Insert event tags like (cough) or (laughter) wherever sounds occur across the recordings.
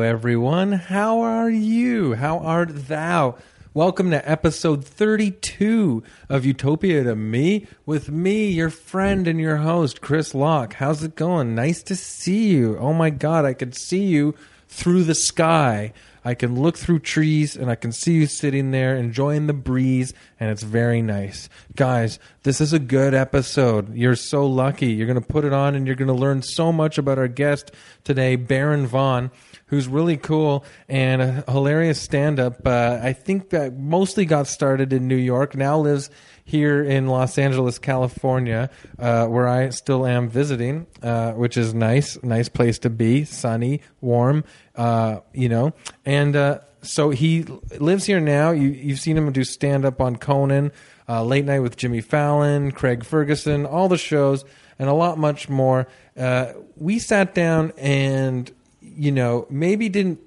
everyone. How are you? How art thou? Welcome to episode 32 of Utopia to Me with me, your friend and your host, Chris Locke. How's it going? Nice to see you. Oh my God, I could see you through the sky. I can look through trees and I can see you sitting there enjoying the breeze, and it's very nice. Guys, this is a good episode. You're so lucky. You're going to put it on and you're going to learn so much about our guest today, Baron Vaughn, who's really cool and a hilarious stand up. Uh, I think that mostly got started in New York, now lives here in Los Angeles, California, uh, where I still am visiting, uh, which is nice. Nice place to be, sunny, warm, uh, you know. And uh, so he lives here now. You, you've seen him do stand up on Conan, uh, Late Night with Jimmy Fallon, Craig Ferguson, all the shows, and a lot much more. Uh, we sat down and, you know, maybe didn't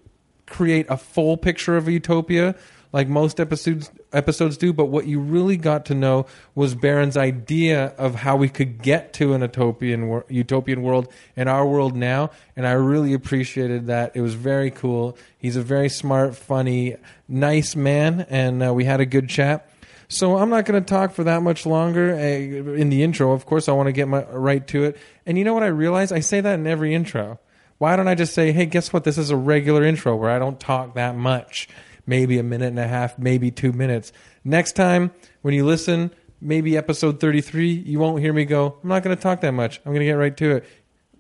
create a full picture of a utopia like most episodes episodes do but what you really got to know was Baron's idea of how we could get to an utopian wor- utopian world in our world now and I really appreciated that it was very cool he's a very smart funny nice man and uh, we had a good chat so I'm not going to talk for that much longer uh, in the intro of course I want to get my right to it and you know what I realize I say that in every intro why don't I just say, hey, guess what? This is a regular intro where I don't talk that much, maybe a minute and a half, maybe two minutes. Next time when you listen, maybe episode 33, you won't hear me go, I'm not going to talk that much. I'm going to get right to it,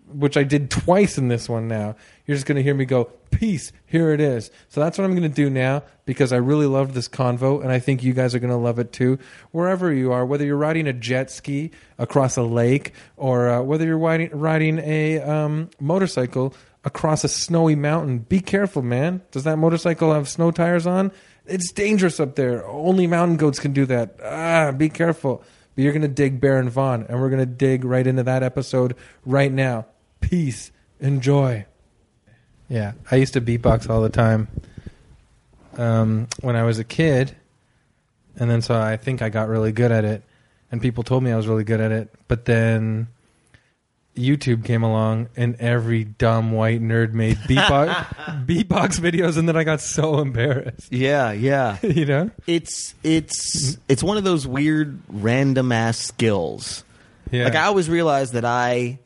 which I did twice in this one now. You're just going to hear me go, peace, here it is. So that's what I'm going to do now because I really loved this convo and I think you guys are going to love it too. Wherever you are, whether you're riding a jet ski across a lake or uh, whether you're riding, riding a um, motorcycle across a snowy mountain, be careful, man. Does that motorcycle have snow tires on? It's dangerous up there. Only mountain goats can do that. Ah, be careful. But you're going to dig Baron Vaughn and we're going to dig right into that episode right now. Peace. Enjoy. Yeah, I used to beatbox all the time um, when I was a kid, and then so I think I got really good at it, and people told me I was really good at it. But then YouTube came along, and every dumb white nerd made beatbox (laughs) beatbox videos, and then I got so embarrassed. (laughs) Yeah, yeah. You know? It's it's it's one of those weird random ass skills. Yeah. Like I always realized that I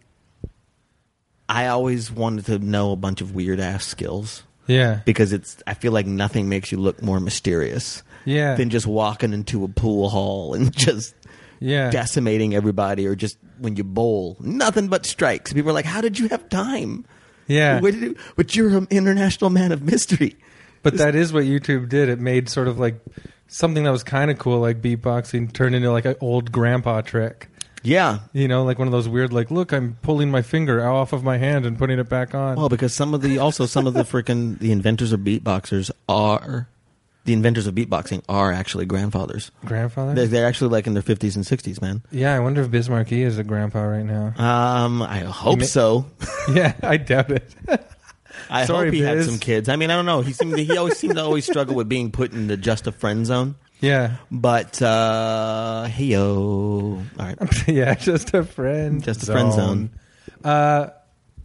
I always wanted to know a bunch of weird ass skills yeah. because it's I feel like nothing makes you look more mysterious Yeah. than just walking into a pool hall and (laughs) just yeah. decimating everybody or just when you bowl, nothing but strikes. People are like, "How did you have time?" Yeah. What did you, but you're an international man of mystery. But that is what YouTube did. It made sort of like something that was kind of cool, like beatboxing, turned into like an old grandpa trick. Yeah, You know, like one of those weird, like, look, I'm pulling my finger off of my hand and putting it back on. Well, because some of the also some of the freaking the inventors of beatboxers are the inventors of beatboxing are actually grandfathers. grandfather? They're, they're actually like in their fifties and sixties, man. yeah, I wonder if Bismarck E is a grandpa right now. (laughs) Um, I hope may- so. yeah, I doubt it. I Sorry, hope he Biz. had some kids. I mean, I don't know. He seemed to, he always seemed to always struggle with being put in the just a friend zone. yeah. (laughs) But uh, heyo, all right, yeah, just a friend. Just a friend zone. Uh,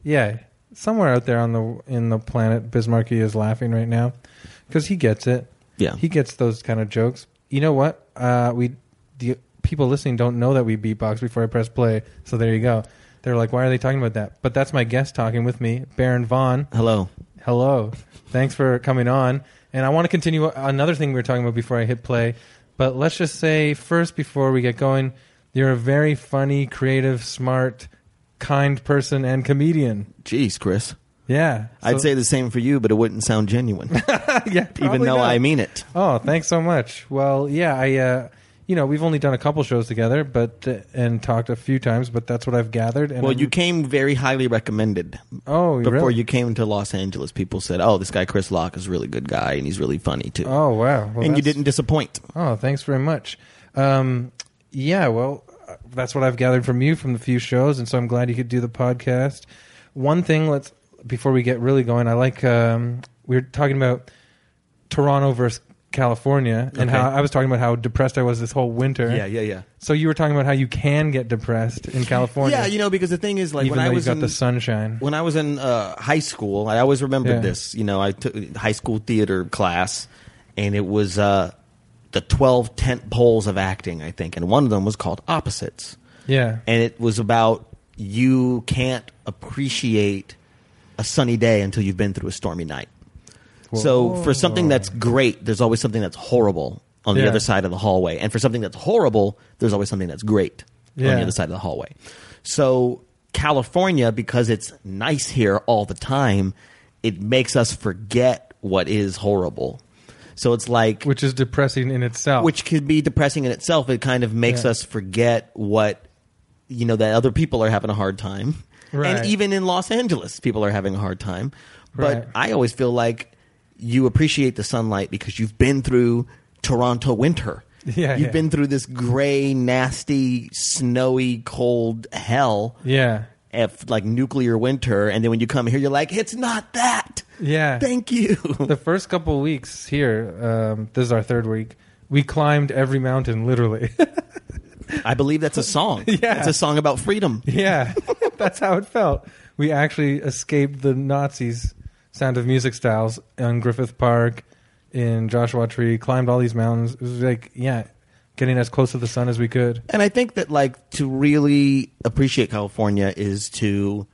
yeah, somewhere out there on the in the planet, Bismarck E is laughing right now because he gets it. yeah, He gets those kind of jokes. You know what? Uh, we the people listening don't know that we beatbox before I press play. So there you go. They're like, why are they talking about that? But that's my guest talking with me, Baron Vaughn. hello. Hello. Thanks for coming on. And I want to continue another thing we were talking about before I hit play. But let's just say first, before we get going, you're a very funny, creative, smart, kind person and comedian. Jeez, Chris, Yeah. I'd So- say the same for you, but it wouldn't sound genuine, (laughs) yeah, even probably though not. I mean it. Oh, thanks so much. Well, yeah, I, uh, you know, we've only done a couple shows together, but uh, and talked a few times, but that's what I've gathered. And Well, I'm- you came very highly recommended. oh, before really? you came to Los Angeles, people said, "Oh, this guy Chris Locke is a really good guy, and he's really funny too." Oh, wow. Well, and you that's- didn't disappoint. Oh, thanks very much. Um, yeah, well, uh, that's what I've gathered from you from the few shows, and so I'm glad you could do the podcast. One thing, let's before we get really going, I like um, we are talking about Toronto versus California and how Okay. I was talking about how depressed I was this whole winter. Yeah, yeah, yeah. So you were talking about how you can get depressed in California. Yeah, you know, because the thing is, like even when though I you was got in, the sunshine. when I was in uh, high school, I always remembered Yeah. this. You know, I took high school theater class, and it was uh, the twelve tent poles of acting, I think, and one of them was called opposites, Yeah. and it was about you can't appreciate a sunny day until you've been through a stormy night. So for something that's great, there's always something that's horrible on the Yeah. other side of the hallway, and for something that's horrible, there's always something that's great on Yeah. the other side of the hallway. So California, because it's nice here all the time, it makes us forget what is horrible. So it's like which is depressing in itself. which could be depressing in itself. It kind of makes Yeah. us forget what you know that other people are having a hard time, Right. and even in Los Angeles, people are having a hard time. But Right. I always feel like you appreciate the sunlight because you've been through Toronto winter. (laughs) Yeah, you've yeah. been through this gray, nasty, snowy, cold hell. yeah. F, like nuclear winter, and then when you come here, you're like, it's not that. Yeah. (laughs) Thank you. the first couple weeks here, um, this is our third week. We climbed every mountain literally. (laughs) I believe that's a song. Yeah. it's a song about freedom. yeah. (laughs) That's how it felt. We actually escaped the Nazis sound of music styles on Griffith Park in Joshua Tree, climbed all these mountains. It was like, yeah, getting as close to the sun as we could. And I think that like to really appreciate California is to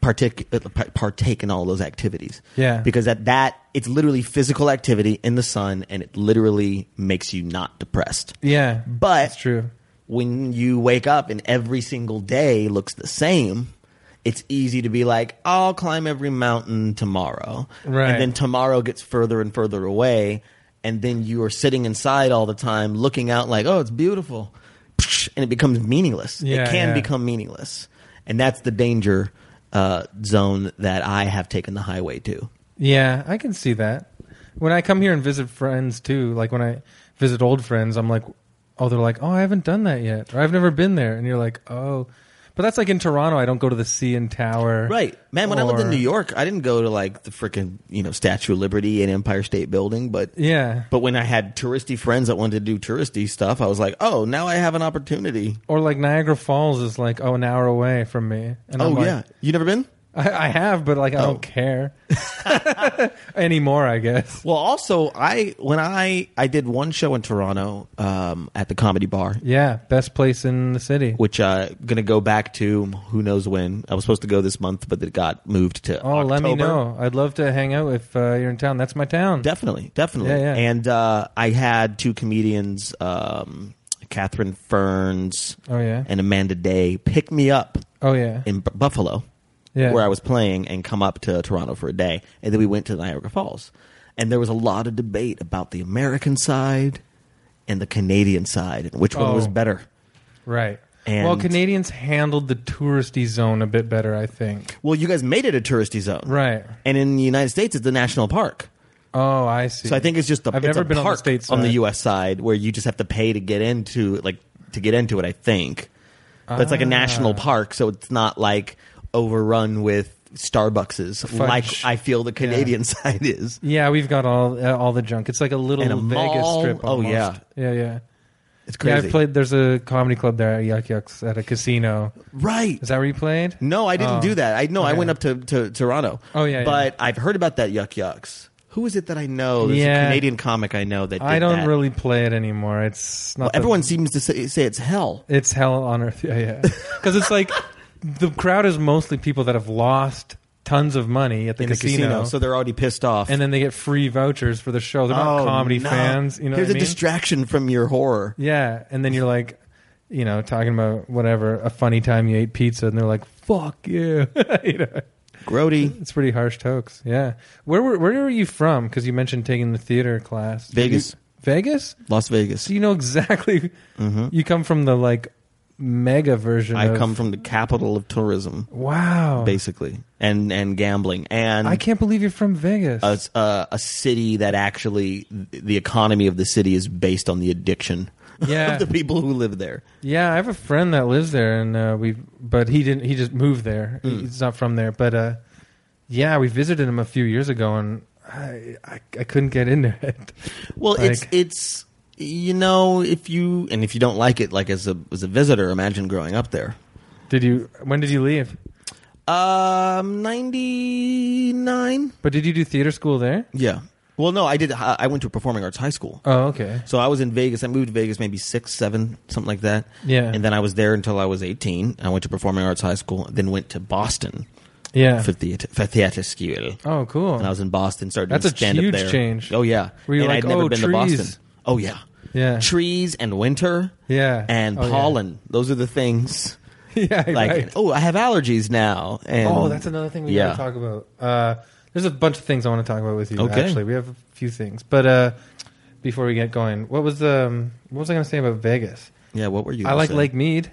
partake uh, pa- partake in all those activities. Yeah. Because at that it's literally physical activity in the sun and it literally makes you not depressed. Yeah. But That's true. When you wake up and every single day looks the same, it's easy to be like, I'll climb every mountain tomorrow. Right. And then tomorrow gets further and further away. And then you are sitting inside all the time looking out like, oh, it's beautiful. (laughs) And it becomes meaningless. Yeah, it can yeah. become meaningless. And that's the danger uh, zone that I have taken the highway to. Yeah, I can see that. When I come here and visit friends too, like when I visit old friends, I'm like, oh, they're like, oh, I haven't done that yet, or I've never been there, and you're like, oh, but that's like in Toronto. I don't go to the Sea and Tower, Right. Man, when I lived in or- New York, I didn't go to like the freaking, you know, Statue of Liberty and Empire State Building, but Yeah, But when I had touristy friends that wanted to do touristy stuff, I was like, oh, now I have an opportunity. or like Niagara Falls is like oh an hour away from me, and oh, I'm like, yeah. You never been? I, I have, but like I Oh. don't care (laughs) (laughs) anymore. I guess. Well, also, I when I I did one show in Toronto um, at the Comedy Bar, Yeah, best place in the city. which uh, going to go back to who knows when. I was supposed to go this month, but it got moved to Oh, let me October. know. I'd love to hang out if uh, you're in town. That's my town. Definitely, definitely. Yeah, yeah. And uh, I had two comedians, um, Catherine Ferns oh yeah. and Amanda Day, pick me up Oh yeah. in B- Buffalo, Yeah. where I was playing, and come up to Toronto for a day, and then we went to Niagara Falls, and there was a lot of debate about the American side and the Canadian side, and which one Oh. was better. Right. And- well, Canadians handled the touristy zone a bit better, I think. Well, you guys made it a touristy zone, Right. And in the United States, it's the national park. Oh, I see. So I think it's just the I've it's never a been on the park States on the side. U.S. side where you just have to pay to get into like to get into it. I think but it's like a national Ah. park, so it's not like overrun with Starbuckses like I feel the Canadian (laughs) side is. Yeah, we've got all uh, all the junk. It's like a little And a Vegas mall. strip. Oh, Almost. yeah. yeah, yeah. It's Yeah, crazy. I played. There's a comedy club there at Yuck Yucks at a casino. right. Is that where you played? No, I didn't Oh. do that. I no, I Okay. went up to, to Toronto. Oh, yeah, yeah. But I've heard about that Yuck Yucks. Who is it that I know? There's a Yeah. Canadian comic I know that. Did I don't that. really play it anymore. It's not. Well, the- everyone seems to say, say it's hell. It's hell on earth. (laughs) Yeah, yeah. Because it's like the crowd is mostly people that have lost tons of money at the, in the casino, casino, so they're already pissed off. and then they get free vouchers for the show. They're not Oh, comedy no. fans. You know, here's what I a mean? distraction from your horror. Yeah, and then you're like, you know, talking about whatever a funny time you ate pizza, and they're like, "Fuck you," (laughs) you know. Grody, It's pretty harsh tokes. Yeah, where were where were you from? Because you mentioned taking the theater class. Did Vegas. you- Vegas. Las Vegas. Mm-hmm. So you know exactly. (laughs) You come from the like mega version. I of- come from the capital of tourism, Wow. basically, and and gambling, and Oh. I can't believe you're from Vegas. a, a, a city that actually the economy of the city is based on the addiction (laughs) Yeah. of the people who live there. Yeah, I have a friend that lives there, and uh, we but he didn't. He Hmm. just moved there. He's not from there, but uh, yeah, we visited him a few years ago, and I, I, I couldn't get into it. Well, it's Like- it's you know if you and if you don't like it, like as a as a visitor, imagine growing up there. (laughs) Did you? When did you leave? Um, ninety nine. But did you do theater school there? Yeah. Well, no, I did. I I went to a performing arts high school, Oh, okay. so I was in Vegas. I moved to Vegas maybe six, seven, something like that. Yeah. And then I was there until I was eighteen. I went to performing arts high school, then went to Boston Yeah. for theater for theater school. Oh, cool. And I was in Boston, started That's doing a stand huge up there. change. Oh yeah. Were you and like, I'd never "Oh, been trees." to Boston. Oh yeah. Yeah. Trees and winter. Yeah. And Oh, yeah. pollen. Those are the things. (laughs) yeah. Like right. oh, I have allergies now. And Oh, that's another thing we yeah. gotta talk about. Uh, there's a bunch of things I want to talk about with you. Okay. Actually, we have a few things, but uh, before we get going, what was the um, what was I gonna say about Vegas? Yeah, what were you? I gonna like say? Lake Mead.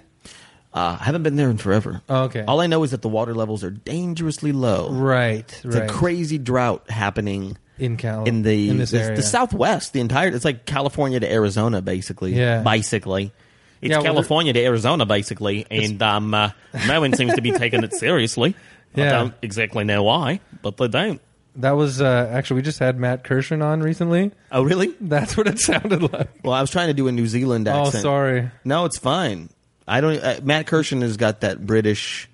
Uh, I haven't been there in forever. Oh, okay. All I know is that the water levels are dangerously low. right. It's right. a crazy drought happening in Cal in the in this the, area. the Southwest. The entire it's like California to Arizona, basically. Yeah. basically. It's Yeah, well, California to Arizona, basically, and um, uh, no one seems to be taking it seriously. Yeah. I don't exactly know why, but they don't. That was uh, actually we just had Matt Kirshen on recently. Oh, really? That's what it (laughs) sounded like. Well, I was trying to do a New Zealand Oh, accent. sorry. No, it's fine. I don't. Uh, Matt Kirshen has got that British.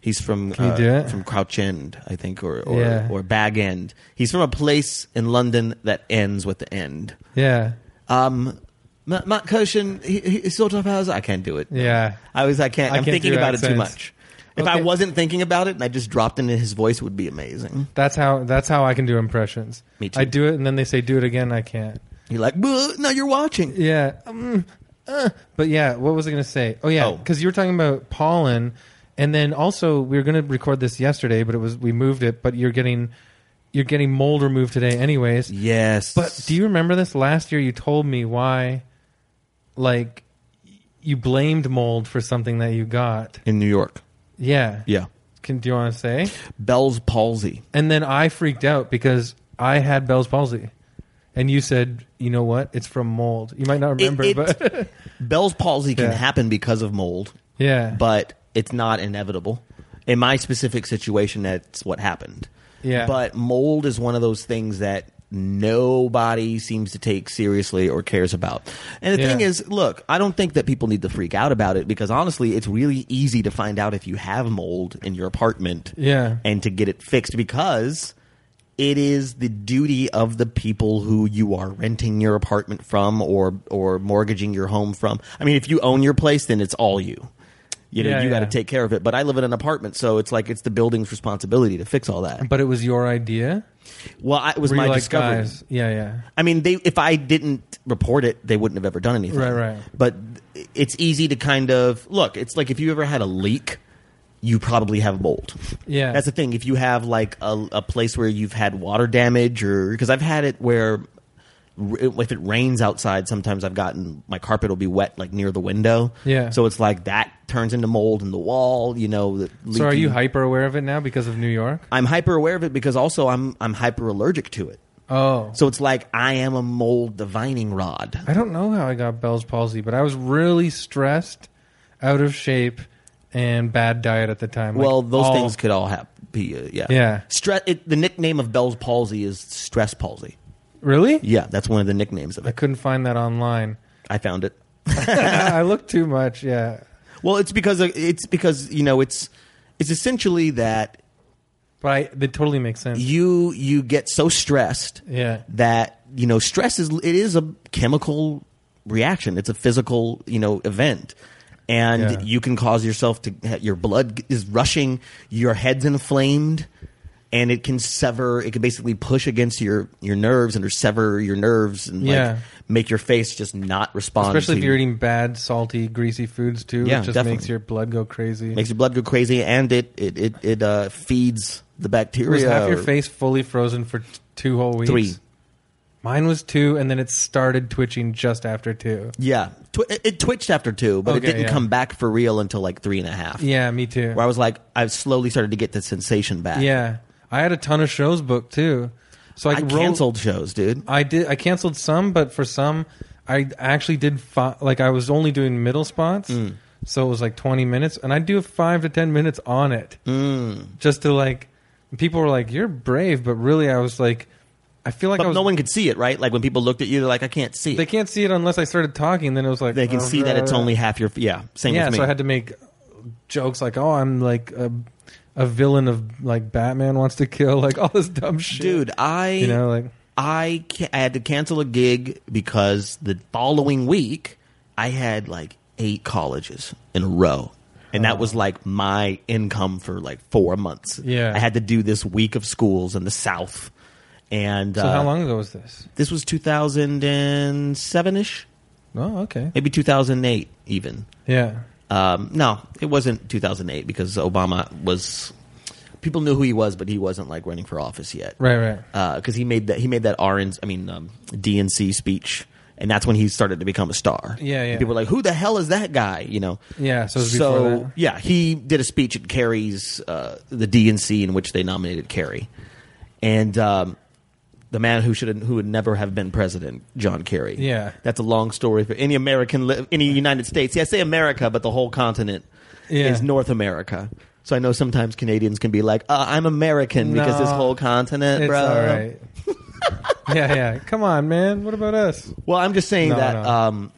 He's from you uh, do it? from Crouch End, I think, or or, Yeah. or Bag End. He's from a place in London that ends with the end. Yeah. Um, Matt, Matt Kirshen, he, he sort of has. I can't do it. Yeah. I was. I can't. I I'm can't thinking do about it too accents. much. If I Okay. wasn't thinking about it and I just dropped into his voice, it would be amazing. That's how that's how I can do impressions. Me too. I do it and then they say do it again. I can't. You're like, "Buh, no, you're watching. Yeah. Um, uh, but yeah, what was I going to say? Oh yeah, Oh. because you were talking about pollen, and then also we were going to record this yesterday, but it was we moved it. But you're getting you're getting mold removed today, anyways. Yes, But do you remember this last year? You told me why, like, you blamed mold for something that you got. in New York. Yeah. Yeah, Can do you want to say? Bell's palsy. And then I freaked out because I had Bell's palsy. And you said, you know what? It's from mold. You might not remember, it- but (laughs) Bell's palsy can Yeah. happen because of mold, yeah. but it's not inevitable. In my specific situation, that's what happened. Yeah. But mold is one of those things that nobody seems to take seriously or cares about. And the Yeah. thing is, look, I don't think that people need to freak out about it because honestly, it's really easy to find out if you have mold in your apartment Yeah. and to get it fixed because it is the duty of the people who you are renting your apartment from or or mortgaging your home from. I mean, if you own your place, then it's all you. You know, Yeah, you got to yeah. take care of it. But I live in an apartment, so it's like it's the building's responsibility to fix all that. But it was your idea. Well, I, it was Were you my like, discovery. guys- Yeah, yeah. I mean, they if I didn't report it, they wouldn't have ever done anything. Right, right. But it's easy to kind of look. It's like if you ever had a leak, you probably have mold. Yeah. that's the thing. If you have like a, a place where you've had water damage, or because I've had it where r- if it rains outside, sometimes I've gotten my carpet will be wet like near the window. Yeah. so it's like that turns into mold in the wall. You know. The So are you leaking- hyper aware of it now because of New York? I'm hyper aware of it because also I'm I'm hyper allergic to it. Oh. So it's like I am a mold divining rod. I don't know how I got Bell's palsy, but I was really stressed, out of shape, and bad diet at the time. Like, Well, those all- things could all happen. Be, uh, yeah. Yeah. Stress. It, the nickname of Bell's palsy is stress palsy. Really? Yeah, that's one of the nicknames of I it. couldn't find that online. (laughs) I found it. I looked too much. Yeah. Well, it's because of- it's because you know it's it's essentially that But I, that totally makes sense. you you get so stressed Yeah. that you know stress is it is a chemical reaction. It's a physical you know event. And Yeah. you can cause yourself to your blood is rushing, your head's inflamed, and it can sever. It can basically push against your your nerves and or sever your nerves and Yeah. like make your face just not respond. Especially if to- you're eating bad, salty, greasy foods too. it Yeah, just definitely. makes your blood go crazy. makes your blood go crazy, and it it it, it uh, feeds the bacteria. was half your or- face fully frozen for t- two whole weeks? uh, Three. Mine was two, and then it started twitching just after two. Yeah, Tw- it, it twitched after two, but Okay, it didn't yeah. come back for real until like three and a half. Yeah, me too. where I was like, I slowly started to get the sensation back. Yeah, I had a ton of shows booked too, so I, I rolled- canceled shows, dude. I did. I canceled some, but for some, I actually did fi- like I was only doing middle spots, Mm. so it was like twenty minutes, and I'd do five to ten minutes Mm. on it, just to like. People were like, "You're brave," but really, I was like, I feel like but I was. no one could see it, right? Like when people looked at you, they're like, I can't see it. they They, can't see it unless I started talking. Then it was like can see that it's only half your. Yeah, same yeah. with me. So I had to make jokes like, "Oh, I'm like a, a villain of like Batman wants to kill like all this dumb shit." Dude, I you know, like I, ca- I had to cancel a gig because the following week I had like eight colleges in a row. And Oh. that was like my income for like four months. Yeah. I had to do this week of schools in the South. And so. uh, how long ago was this? This was 2007 ish, Oh, okay. maybe 2008 even. Yeah. Um, no, it wasn't 2008 because Obama was. People knew who he was, but he wasn't like running for office yet Right. Right. because he made that he made that RNC, I mean um, DNC speech, and that's when he started to become a star. Yeah, yeah. And people were like, "Who the hell is that guy?" You know. Yeah, so it was before that. so yeah, he did a speech at Kerry's uh, the DNC in which they nominated Kerry, and um, the man who should who would never have been president, John Kerry. Yeah. that's a long story for any American, li- any United States. Yeah, I say America, but the whole continent Yeah. is North America. So I know sometimes Canadians can be like, uh, "I'm American because this No. whole continent, It's bro." all right. (laughs) yeah, yeah. Come on, man. What about us? Well, I'm just saying No, that. no. Um,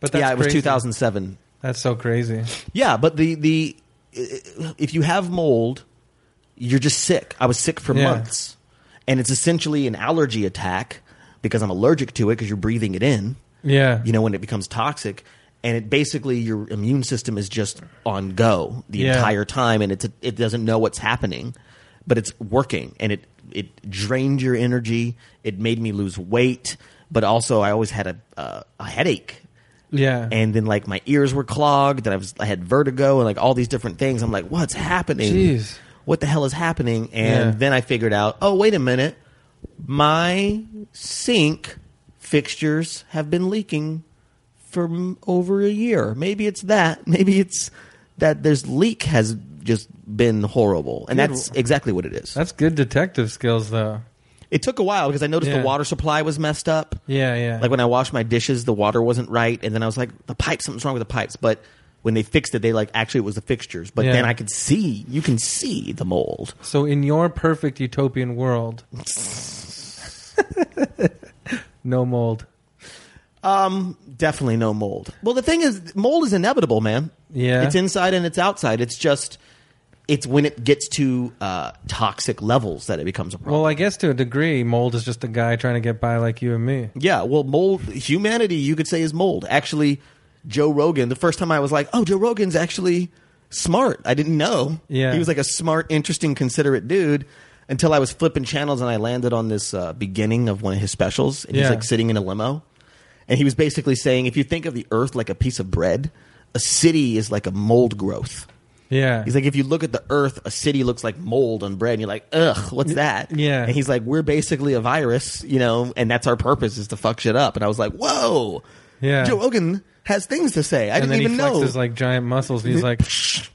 But that's yeah, it was crazy. 2007. That's so crazy. Yeah, but the the if you have mold, you're just sick. I was sick for Yeah. months, and it's essentially an allergy attack because I'm allergic to it because you're breathing it in. Yeah. You know when it becomes toxic, and it basically your immune system is just on go the Yeah. entire time, and it's it doesn't know what's happening, but it's working, and it it drained your energy. It made me lose weight, but also I always had a uh, a headache yeah. and then like my ears were clogged and I was I had vertigo and like all these different things. I'm like, what's happening? Jeez. What the hell is happening? And Yeah. then I figured out, oh wait a minute, my sink fixtures have been leaking for m- over a year. Maybe it's that. (laughs) Maybe it's that there's leak has just been horrible, and Dude, that's exactly what it is. that's good detective skills, though. it took a while because I noticed Yeah. the water supply was messed up. Yeah, yeah. Like when I washed my dishes, the water wasn't right, and then I was like, the pipes, something's wrong with the pipes. But when they fixed it, they like actually it was the fixtures. But Yeah. then I could see, you can see the mold. so, in your perfect utopian (laughs) world, no mold. Definitely no mold. Well, the thing is, mold is inevitable, man. Yeah. it's inside and it's outside. It's just, it's when it gets to uh, toxic levels that it becomes a problem. Well, I guess to a degree, mold is just a guy trying to get by like you and me. Yeah, well, mold humanity you could say is mold. Actually, Joe Rogan. The first time I was like, oh, Joe Rogan's actually smart. I didn't know. Yeah. he was like a smart, interesting, considerate dude. Until I was flipping channels and I landed on this uh, beginning of one of his specials, and he's Yeah. like sitting in a limo, and he was basically saying, if you think of the Earth like a piece of bread, a city is like a mold growth. Yeah. He's like, if you look at the earth, a city looks like mold on bread. And you're like, ugh, what's that? yeah. And he's like, we're basically a virus, you know, and that's our purpose is to fuck shit up. And I was like, whoa. Yeah. Joe Rogan has things to say. I and then didn't he even flexes know. like giant muscles, and he's like,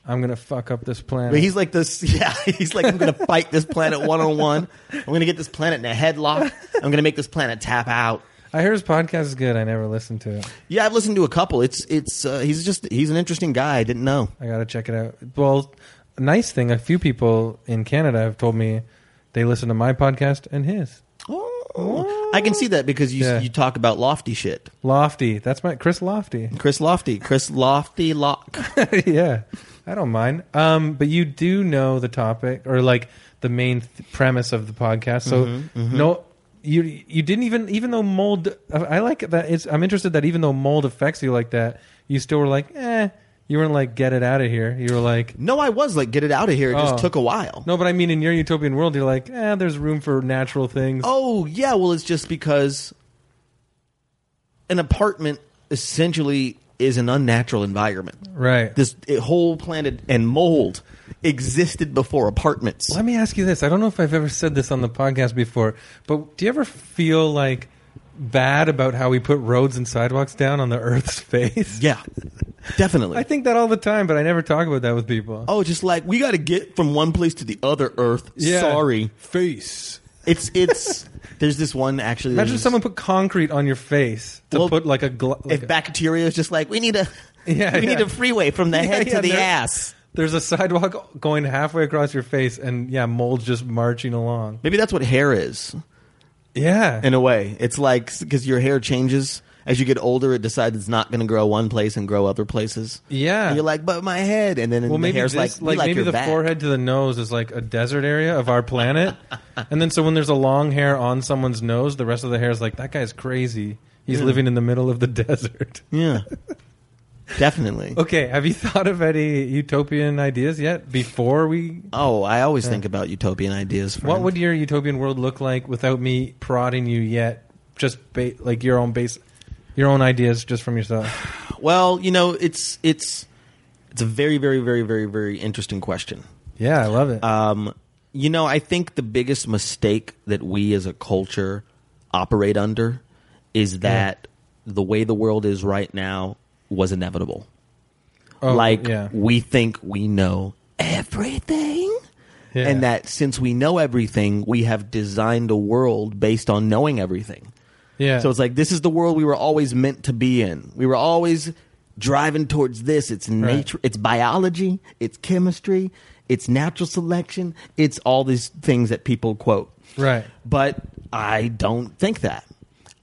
"I'm gonna fuck up this planet." but he's like this, (laughs) yeah. He's like, I'm gonna fight this planet one on one. I'm gonna get this planet in a headlock. I'm gonna make this planet tap out. I hear his podcast is good. I never listened to it. Yeah, I've listened to a couple. It's it's uh, he's just he's an interesting guy. I didn't know. I gotta check it out. Well, nice thing. A few people in Canada have told me they listen to my podcast and his. I can see that because you Yeah. you talk about lofty shit. Lofty, that's my Chris Lofty. Chris Lofty, Chris Lofty Lock. (laughs) yeah, I don't mind. Um, but you do know the topic or like the main th- premise of the podcast. So Mm-hmm, no, you you didn't even even though mold. I- I like that. It's I'm interested that even though mold affects you like that, you still were like, eh. You weren't like get it out of here. You were like. No, I was like, get it out of here. It Oh. just took a while. No, but I mean, in your utopian world, you're like, eh, there's room for natural things. Oh, yeah. Well, it's just because an apartment essentially is an unnatural environment. right. This it- whole planet and mold existed before apartments. Let me ask you this. I don't know if I've ever said this on the podcast before, but do you ever feel like bad about how we put roads and sidewalks down on the (laughs) Earth's face? Yeah, definitely. I think that all the time, but I never talk about that with people. oh, just like we got to get from one place to the other Earth. Sorry, Face. it's (laughs) it's. there's this one actually. Imagine if there's- someone put concrete on your face to Well, put like a glo- like if a- bacteria is just like we need a (laughs) Yeah, we need yeah. a freeway from (laughs) the Yeah, head yeah, to the there- ass. There's a sidewalk going halfway across your face, and yeah, mold's just marching along. Maybe that's what hair is. Yeah. in a way. It's like because your hair changes as you get older, it decides it's not going to grow one place and grow other places. Yeah. and you're like, but my head, and then well, the maybe hair's this- like, we like maybe your the back. forehead to the nose is like a desert area of our (laughs) planet, and then so when there's a long hair on someone's nose, the rest of the hair is like that guy's crazy. He's living in the middle of the (laughs) desert. Yeah, definitely. Okay, have you (laughs) thought of any utopian ideas yet? Before we, Oh, I always think about utopian ideas. Friend. what would your utopian world look like without me prodding you yet? Just ba- like your own base, your own ideas, just from yourself. well, you know, it's it's it's a very very very very very interesting question. (sighs) Yeah, I love it. Um, you know, I think the biggest mistake that we as a culture operate under is that the way the world is right now was inevitable. Oh, like yeah. we think we know everything. Yeah. And that since we know everything, we have designed a world based on knowing everything. yeah. So it's like this is the world we were always meant to be in. We were always driving towards this. It's nature, it's biology, it's chemistry, it's natural selection, it's all these things that people quote. right. But I don't think that.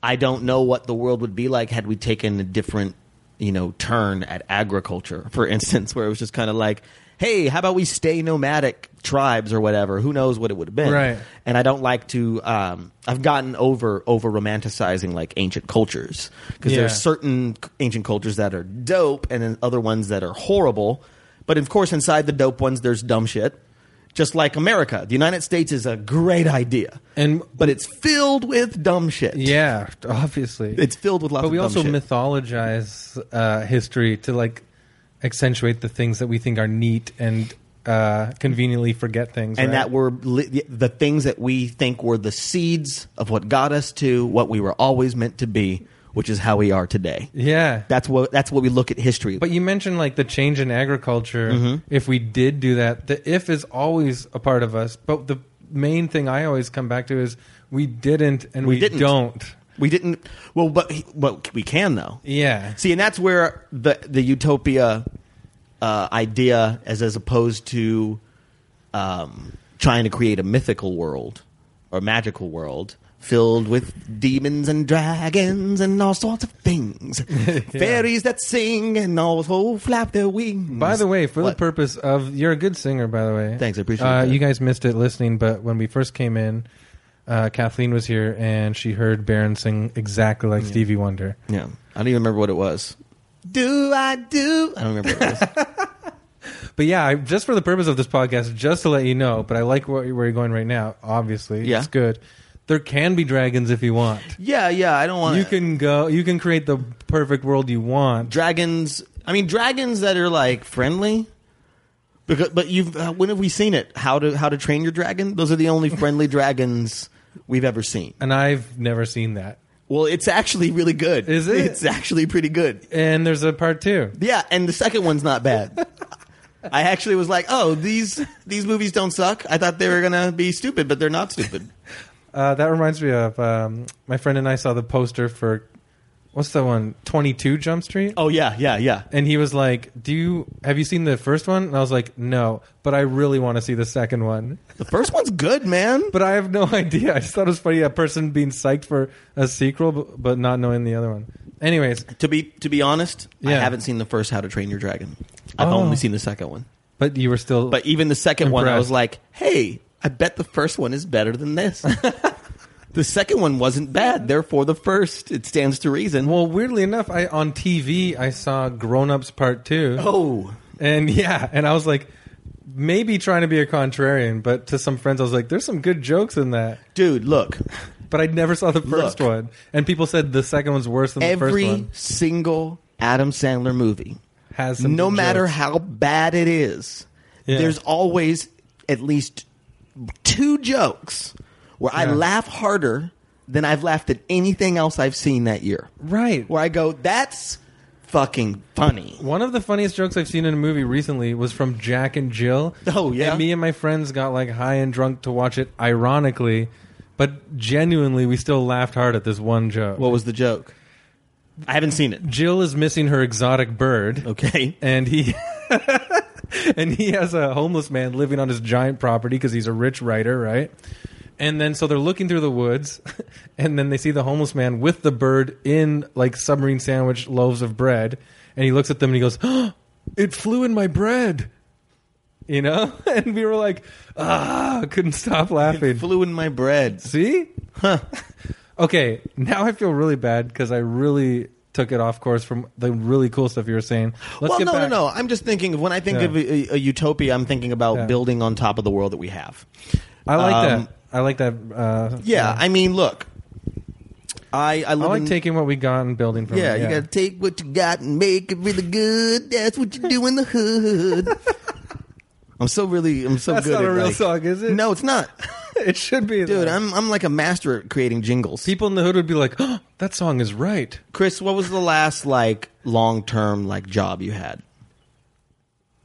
I don't know what the world would be like had we taken a different, you know, turn at agriculture, for instance, (laughs) where it was just kind of like, hey, how about we stay nomadic tribes or whatever? Who knows what it would have been? Right. And I don't like to. Um, I've gotten over over romanticizing like ancient cultures because Yeah. there's certain c- ancient cultures that are dope and then other ones that are horrible. But of course, inside the dope ones, there's dumb shit. Just like America, the United States is a great idea, And- but it's filled with dumb shit. Yeah, obviously. it's filled with lots. but we of also dumb shit. mythologize uh, history to like accentuate the things that we think are neat and uh, conveniently forget things and right? that were li- the things that we think were the seeds of what got us to what we were always meant to be, which is how we are today. yeah That's what that's what we look at history. but you mentioned like the change in agriculture Mm-hmm. if we did do that the if is always a part of us but the main thing i always come back to is we didn't and we, didn't. don't We didn't. Well, but but we can though. yeah See, and that's where the the utopia uh, idea, as as opposed to um, trying to create a mythical world or magical world filled with demons and dragons and all sorts of (laughs) things, fairies that sing and also flap their wings. By the way, for the What? purpose of you're a good singer, by the way. Thanks, I appreciate uh, that. You guys missed it listening, but when we first came in, uh, Kathleen was here and she heard Baron sing exactly like Stevie Wonder. yeah, I don't even remember what it was. Do I do? I don't remember (laughs) what it was. But yeah, I, just for the purpose of this podcast, just to let you know, but I like where, where you're going right now. Obviously, Yeah. it's good. There can be dragons if you want. yeah, yeah, I don't want You can go. You can create the perfect world you want. dragons. I mean, dragons that are like friendly. Because, but you've uh, when have we seen it? How to How to Train Your Dragon? Those are the only (laughs) friendly dragons we've ever seen. And I've never seen that. Well, it's actually really good. Is it? It's actually pretty good. And there's a part two. Yeah, and the second one's (laughs) not bad. I actually was like, oh, these these movies don't suck. I thought they were gonna be stupid, but they're not stupid. Uh, that reminds me of um, my friend and I saw the poster for what's that one? Twenty Two Jump Street. Oh yeah, yeah, yeah. And he was like, "Do you have you seen the first one?" And I was like, "No, but I really want to see the second one." (laughs) The first one's good, man. But I have no (laughs) idea. I just thought it was funny a person being psyched for a sequel, but, but not knowing the other one. Anyways, To be to be honest, I Yeah. haven't seen the first How to Train Your Dragon. I've Oh. only seen the second one. but you were still. But even the second one, I Impressed. was like, hey, I bet the first one is better (laughs) than this. the second one wasn't bad. Therefore, the first, it stands to reason. well, weirdly enough, I on TV I saw Grown Ups Part Two. oh, And (laughs) yeah, and I was like, maybe trying to be a contrarian, but to some friends I was like, "There's some good jokes in that." dude, look. But I never saw the first Look. one, and people said the second one's worse than the first Every one. single Adam Sandler movie, Has some no good matter jokes. how bad it is, Yeah. there's always at least two jokes where I Yeah. laugh harder than I've laughed at anything else I've seen that year. right. Where I go, that's fucking funny. One of the funniest jokes I've seen in a movie recently was from Jack and Jill. Oh, yeah? And me and my friends got like high and drunk to watch it ironically, but genuinely we still laughed hard at this one joke. What was the joke? I haven't seen it. Jill is missing her exotic bird. Okay. and he (laughs) and he has a homeless man living on his giant property because he's a rich writer, right? And then so they're looking through the woods, (laughs) and then they see the homeless man with the bird in like submarine sandwich loaves of bread, and he looks at them and he goes, oh, "It flew in my bread." You know, (laughs) and we were like, "Ah!" Couldn't stop laughing. Flew in my bread. See? Huh. (laughs) okay, now I feel really bad because I really took it off course from the really cool stuff you were saying. Let's well, get no, back. no, no. I'm just thinking of when I think Yeah. of a, a utopia, I'm thinking about Yeah. building on top of the world that we have. I like Um, that. I like that. Uh, Yeah, I mean, look, I I, I live like in- taking what we got and building from Yeah, it. you gotta take what you got and make it really good. That's what you do in (laughs) the hood. I'm so really, I'm so That's good. not at a real like- song, is it? No, it's not, (laughs) it should be. that. dude. I'm I'm like a master at creating jingles. people in the hood would be like, oh, "That song is right." Chris, what was the last like long term like job you had?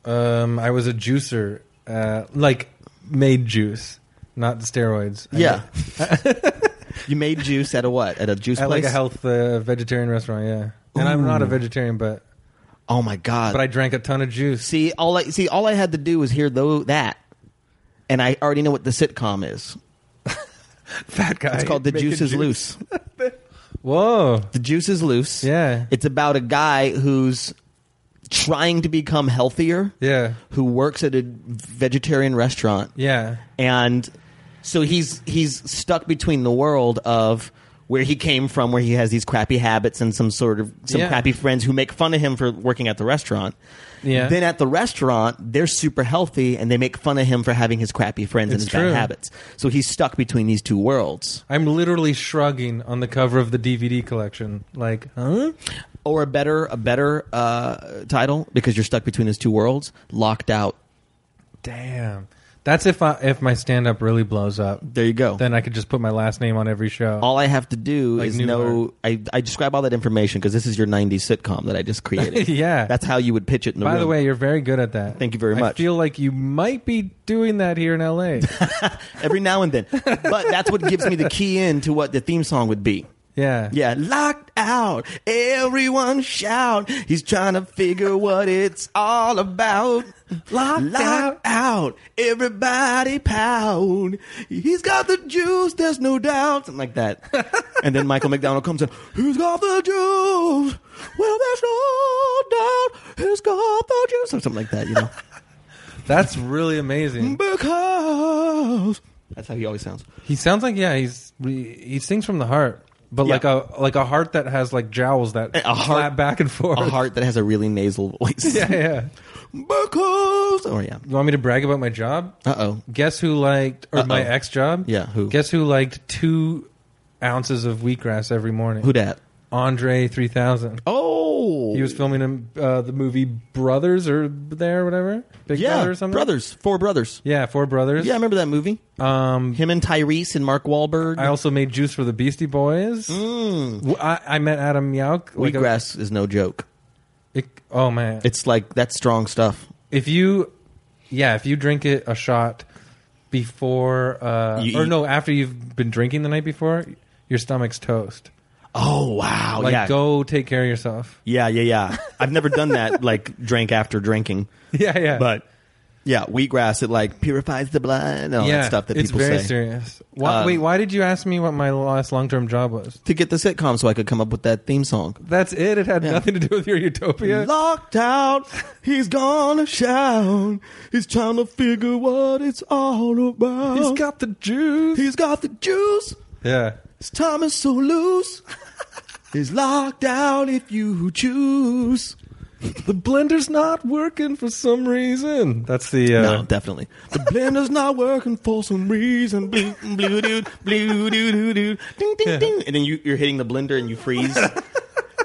Um, I was a juicer, uh, like made juice, not steroids. I- Yeah, (laughs) you made juice at a what? At a juice at place? like a health uh, vegetarian restaurant. Yeah, and I'm not a vegetarian, but oh my god! but I drank a ton of juice. (laughs) see all I see all I had to do was hear though that, and I already know what the sitcom is. Fat guy. It's called The making Juice Is Loose. Whoa. The Juice Is (laughs) Loose. Yeah. It's about a guy who's trying to become healthier, Yeah. who works at a vegetarian restaurant. Yeah. And so he's he's stuck between the world of where he came from, where he has these crappy habits and some sort of some Yeah. crappy friends who make fun of him for working at the restaurant. Yeah. Then at the restaurant, they're super healthy and they make fun of him for having his crappy friends It's and his true. bad habits. So he's stuck between these two worlds. I'm literally shrugging on the cover of the DVD collection. Like, huh? or a better a better uh, title because you're stuck between those two worlds locked out Damn. That's if I, if my stand up really blows up. there you go Then I could just put my last name on every show. all i have to do Like is New know I, I describe all that information because this is your 90s sitcom that (laughs) i just (laughs) created Yeah. (laughs) that's how you would pitch it in the By the room. way, you're very good at that. Thank you very I much. feel like you might be doing that here in (laughs) LA. every now and then but that's what gives me the key in to what the theme song would be Yeah. yeah locked out everyone shout he's trying to figure what it's all about Locked Lock out. Everybody pound. He's got the juice, there's no doubt. Something (laughs) like that. and then Michael McDonald comes in. Who's got the juice? Well, there's no doubt. Who's got the juice? Or something like that, you know. That's really Hmm? amazing. because. That's how he always sounds. He sounds like yeah, he's he sings from the heart. But Yeah. like a like a heart that has like jowls that A heart- flap back and forth. A heart that has a really nasal (laughs) voice. (laughs) Yeah, yeah. Because. Oh, yeah. You want me to brag about my job? Uh oh. Guess who liked or my Uh-oh. ex job? Yeah, who? Guess who liked two ounces of wheatgrass every morning? Who dat? Andre three thousand. Oh. He was filming in, uh, the movie Brothers or there, or whatever. Big yeah, Brother or something. brothers. Four brothers. Yeah, four brothers. Yeah, I remember that movie. Um, Him and Tyrese and Mark Wahlberg. I also made juice for the Beastie Boys. Mm. W- I, I met Adam Yauch. like a- Wheatgrass is no joke. it, oh man, It's like that's strong stuff. if you, yeah, if you drink it a shot before, uh, You- or you- no, after you've been drinking the night before, your stomach's toast. Oh wow! Like, yeah, go take care of yourself. (laughs) yeah, yeah, yeah. I've never done that. (laughs) Like drank after drinking, Yeah, yeah, but yeah, wheatgrass it like purifies the blood and all yeah, that stuff that it's people very say serious. Why, Um, wait, why did you ask me what my last long-term job was? to get the sitcom, so I could come up with that theme song. That's it. It had Yeah. nothing to do with your utopia. Locked out, he's gonna shout. He's trying to figure what it's all about. He's got the juice. he's got the juice. yeah. His time is so loose. (laughs) He's locked out if you choose. The blender's not working for some reason. That's the uh, No, definitely. The blender's not working for some reason. Blue, blue, dude, blue, doo doo doo. Ding, ding, ding. And then you, you're hitting the blender and you freeze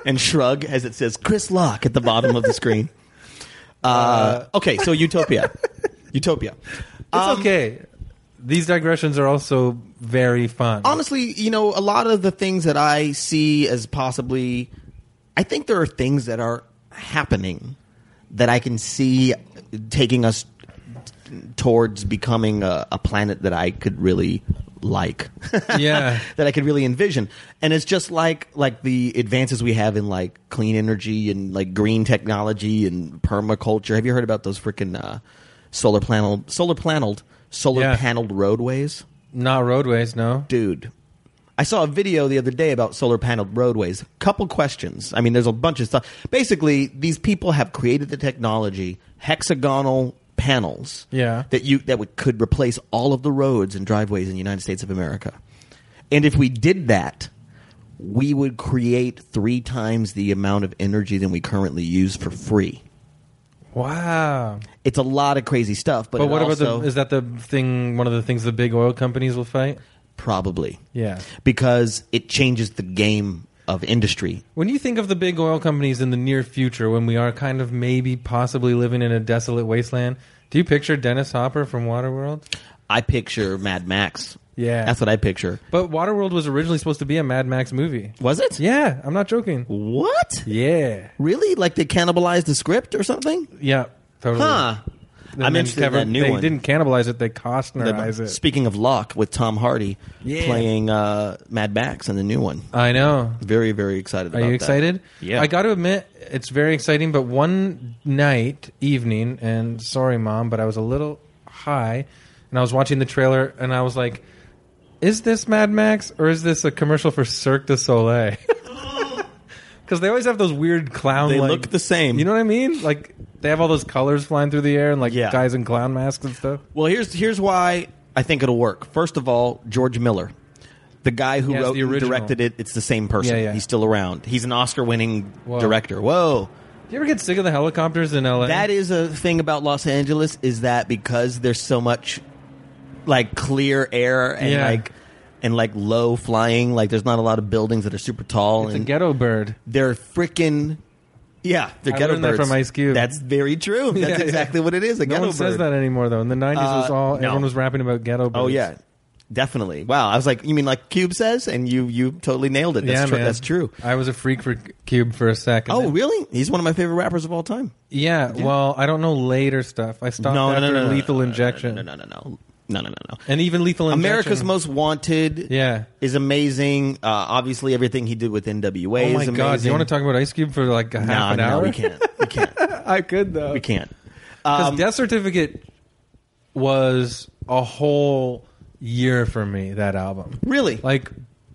and shrug as it says Chris Locke at the bottom of the screen. Uh, okay, so Utopia. Utopia. It's Um, okay. These digressions are also very fun. honestly, you know, a lot of the things that I see as possibly, I think there are things that are happening that I can see taking us towards becoming a, a planet that I could really like. (laughs) (laughs) Yeah. that I could really envision. And it's just like like the advances we have in like clean energy and like green technology and permaculture. Have you heard about those freaking uh, solar panel solar paneled solar Yeah. paneled roadways? Not roadways, no. dude. I saw a video the other day about solar paneled roadways. Couple questions. I mean, there's a bunch of stuff. Basically, these people have created the technology, hexagonal panels, Yeah. that you that would, could replace all of the roads and driveways in the United States of America. And if we did that, we would create three times the amount of energy than we currently use for free. Wow. It's a lot of crazy stuff, but, But it what also, about the? Is that the thing? One of the things the big oil companies will fight? probably Yeah. because it changes the game of industry When you think of the big oil companies in the near future, when we are kind of maybe possibly living in a desolate wasteland, do you picture Dennis Hopper from Waterworld? I picture Mad Max. Yeah. That's what I picture. But Waterworld was originally supposed to be a Mad Max movie. Was it? Yeah, I'm not joking. What? Yeah. Really? Like they cannibalized the script or something? Yeah. Totally. Huh. And I'm then interested in Kevin- that new they one. didn't cannibalize it, they The- Costnerize it. Speaking of Locke with Tom Hardy Yeah. playing uh, Mad Max in the new one. I know. Very, very excited Are about you that. excited? Yeah. I got to admit, it's very exciting. But one night, evening, and sorry, mom, but I was a little high, and I was watching the trailer, and I was like, "Is this Mad Max or is this a commercial for Cirque du Soleil?" (laughs) Because they always have those weird clown. They look the same. You know what I mean? Like they have all those colors flying through the air and like Yeah. guys in clown masks and stuff. Well, here's here's why I think it'll work. First of all, George Miller, the guy who Yes, wrote the and original. directed it, it's the same person. Yeah, yeah. He's still around. He's an Oscar-winning Whoa. director. Whoa. Do you ever get sick of the helicopters in LA? That is a thing about Los Angeles is that because there's so much like clear air and Yeah. like and like low flying, like there's not a lot of buildings that are super tall it's a and ghetto bird. they're freaking yeah, they're I ghetto learned that birds. from Ice Cube. That's very true. (laughs) That's Yeah, yeah. exactly what it is. A No ghetto one says bird. that anymore, though. In the '90s, it was Uh, all no. everyone was rapping about ghetto. Birds. Oh yeah, definitely. Wow, I was like, you mean like Cube says, and you you totally nailed it. That's yeah, true. man. That's true. I was a freak for Cube for a second. Oh really? He's one of my favorite rappers of all time. yeah, Well, I don't know later stuff. I stopped No, no, after no, no, no, Lethal no, no, no, Injection, No, no, no, no, no, no, no, no. and even Lethal Injection. America's Most Wanted. Yeah. is amazing. Uh, obviously, everything he did with NWA. Oh my is amazing. god! Do you want to talk about Ice Cube for like a No, half an no, hour? we can't. We can't. (laughs) I could though. (laughs) we can't. Because Um, Death Certificate was a whole year for me. That album. Really? Like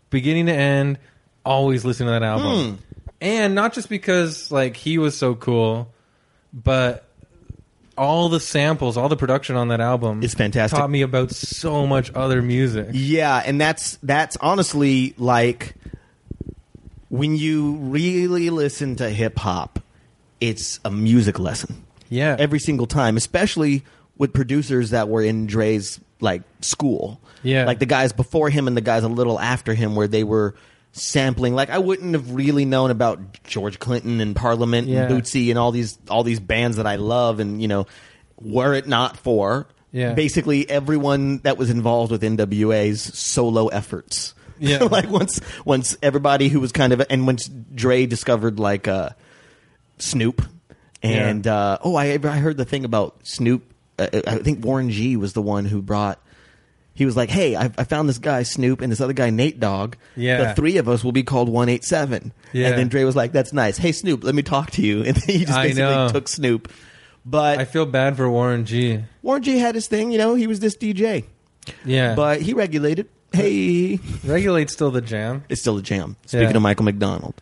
beginning to end, always listen to that Hmm. album. And not just because like he was so cool, but all the samples, all the production on that album It's fantastic. Taught me about so much other music. Yeah, and that's that's honestly like when you really listen to hip hop, it's a music lesson. Yeah. Every single time, especially with producers that were in Dre's like school. Yeah. Like the guys before him and the guys a little after him where they were sampling like I wouldn't have really known about George Clinton and Parliament Yeah. and Bootsy and all these all these bands that I love and you know were it not for Yeah. basically everyone that was involved with NWA's solo efforts. Yeah. (laughs) like once once everybody who was kind of and once Dre discovered like uh Snoop and uh oh I I heard the thing about Snoop uh, I think Warren G was the one who brought he was like, "Hey, I, I found this guy Snoop and this other guy Nate Dogg. Yeah. The three of us will be called One Eight Seven. Yeah. And then Dre was like, "That's nice. Hey Snoop, let me talk to you." (laughs) And then he just I know. basically took Snoop. But I feel bad for Warren G. Warren G had his thing, you know, he was this DJ. Yeah. But he regulated. Hey, Regulate's still the jam. it's still a jam. Speaking Yeah. of (laughs) Michael McDonald.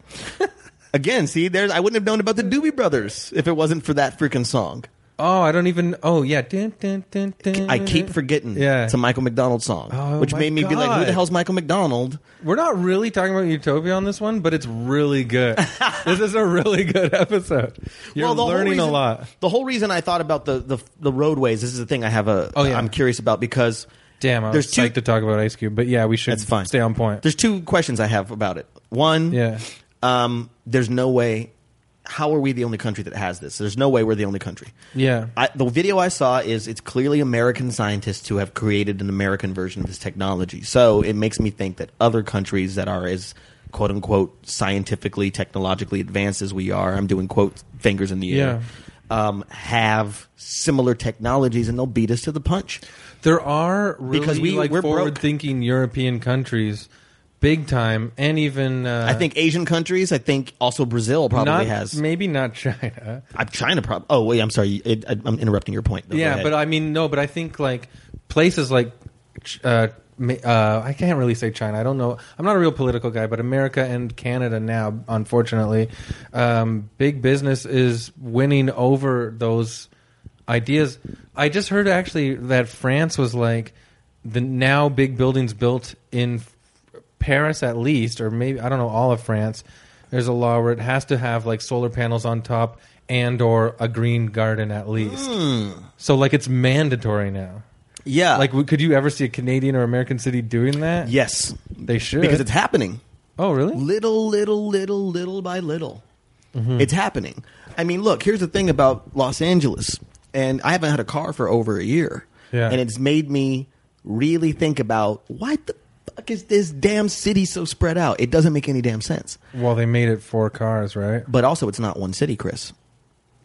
Again, see, there's I wouldn't have known about the Doobie Brothers if it wasn't for that freaking song. Oh, I don't even oh yeah. Dun, dun, dun, dun. I keep forgetting Yeah. it's a Michael McDonald song, Oh which my made me be like, who God. the hell's Michael McDonald? We're not really talking about Utopia on this one, but it's really (laughs) good. this is a really good episode. You're the whole learning reason- a lot. The whole reason I thought about the, the the roadways, this is the thing I have a Oh, yeah. I'm curious about because Damn, I was there's two psyched to talk about Ice Cube, but yeah, we should That's fine. stay on point. there's two questions I have about it. One, Yeah. um, there's no way. How are we the only country that has this? There's no way we're the only country. Yeah. I, the video I saw is it's clearly American scientists who have created an American version of this technology. So it makes me think that other countries that are as quote unquote scientifically, technologically advanced as we are, I'm doing quote fingers in the air, um, have similar technologies and they'll beat us to the punch. There are really Because we- like we're broke. forward-thinking European countries, big time, and even uh, I think Asian countries, I think also Brazil probably not has. maybe not China. I'm trying to prob- Oh wait, I'm sorry. It, uh, I, I'm interrupting your point. though. Go yeah, ahead. but I mean no, but I think like places like Ch- uh, ma- uh, I can't really say China. I don't know. I'm not a real political guy, but America and Canada now, unfortunately, um, big business is winning over those ideas. I just heard actually that France was like the now big buildings built in Paris at least, or maybe I don't know all of France. There's a law where it has to have like solar panels on top and or a green garden at least. So like it's mandatory now. Yeah. Like, w- could you ever see a Canadian or American city doing that? yes, they should. because it's happening. oh, really? Little, little, little, little by little. It's happening. I mean, look, here's the thing about Los Angeles, and I haven't had a car for over a year. Yeah. And it's made me really think about why the fuck is this damn city so spread out? It doesn't make any damn sense. Well, they made it four cars, (laughs) right? But also, it's not one city, Chris.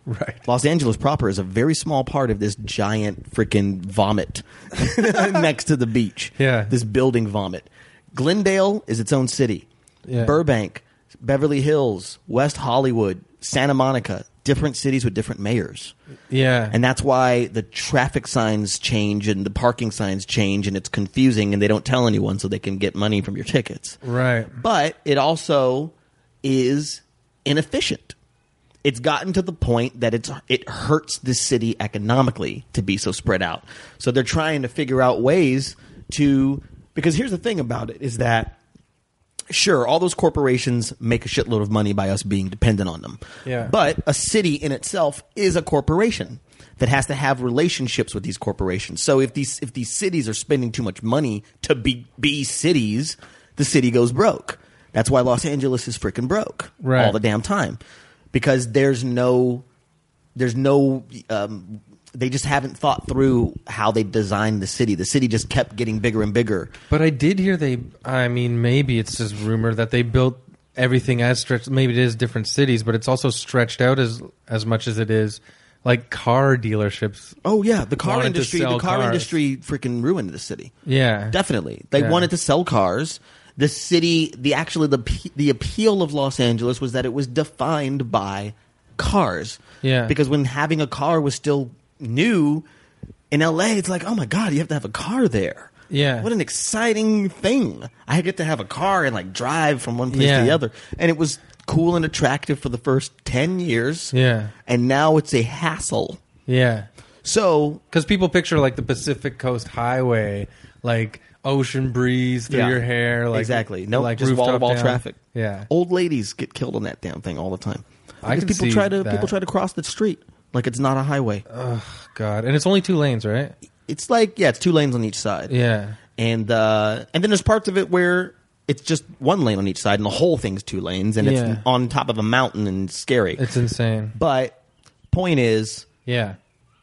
Right. Los Angeles proper is a very small part of this giant freaking vomit (laughs) next to the beach. Yeah. This building vomit. Glendale is its own city. Yeah. Burbank, Beverly Hills, West Hollywood, Santa Monica, different cities with different mayors. Yeah. And that's why the traffic signs change and the parking signs change and it's confusing and they don't tell anyone so they can get money from your tickets right. but it also is inefficient. It's gotten to the point that it's it hurts the city economically to be so spread out. So they're trying to figure out ways to because here's the thing about it is that sure all those corporations make a shitload of money by us being dependent on them. Yeah. But a city in itself is a corporation that has to have relationships with these corporations. So if these if these cities are spending too much money to be be cities, the city goes broke. That's why Los Angeles is freaking broke Right. all the damn time because there's no there's no um, they just haven't thought through how they designed the city. The city just kept getting bigger and bigger. But I did hear they. I mean, maybe it's just rumor that they built everything as stretched. Maybe it is different cities, but it's also stretched out as as much as it is, like car dealerships. Oh yeah, the car Wanted to industry, sell the car cars. industry freaking ruined the city. Yeah. Definitely. They Yeah. wanted to sell cars. The city, the actually the p- the appeal of Los Angeles was that it was defined by cars. Yeah. Because when having a car was still new in LA, it's like, "Oh my god, you have to have a car there." Yeah. What an exciting thing. I get to have a car and like drive from one place Yeah. to the other. And it was cool and attractive for the first 10 years. Yeah. And now it's a hassle. Yeah. So, Because people picture like the Pacific Coast Highway, like ocean breeze through Yeah. your hair, like exactly. No, like just wall to rooftop wall down. traffic. Yeah. old ladies get killed on that damn thing all the time. I Because can people see try to that. people try to cross the street like it's not a highway. God, and it's only two lanes, right? it's like yeah, it's two lanes on each side. Yeah. and uh, and then there's parts of it where it's just one lane on each side, and the whole thing's two lanes, and Yeah. it's on top of a mountain and it's scary. It's insane. but point is, Yeah.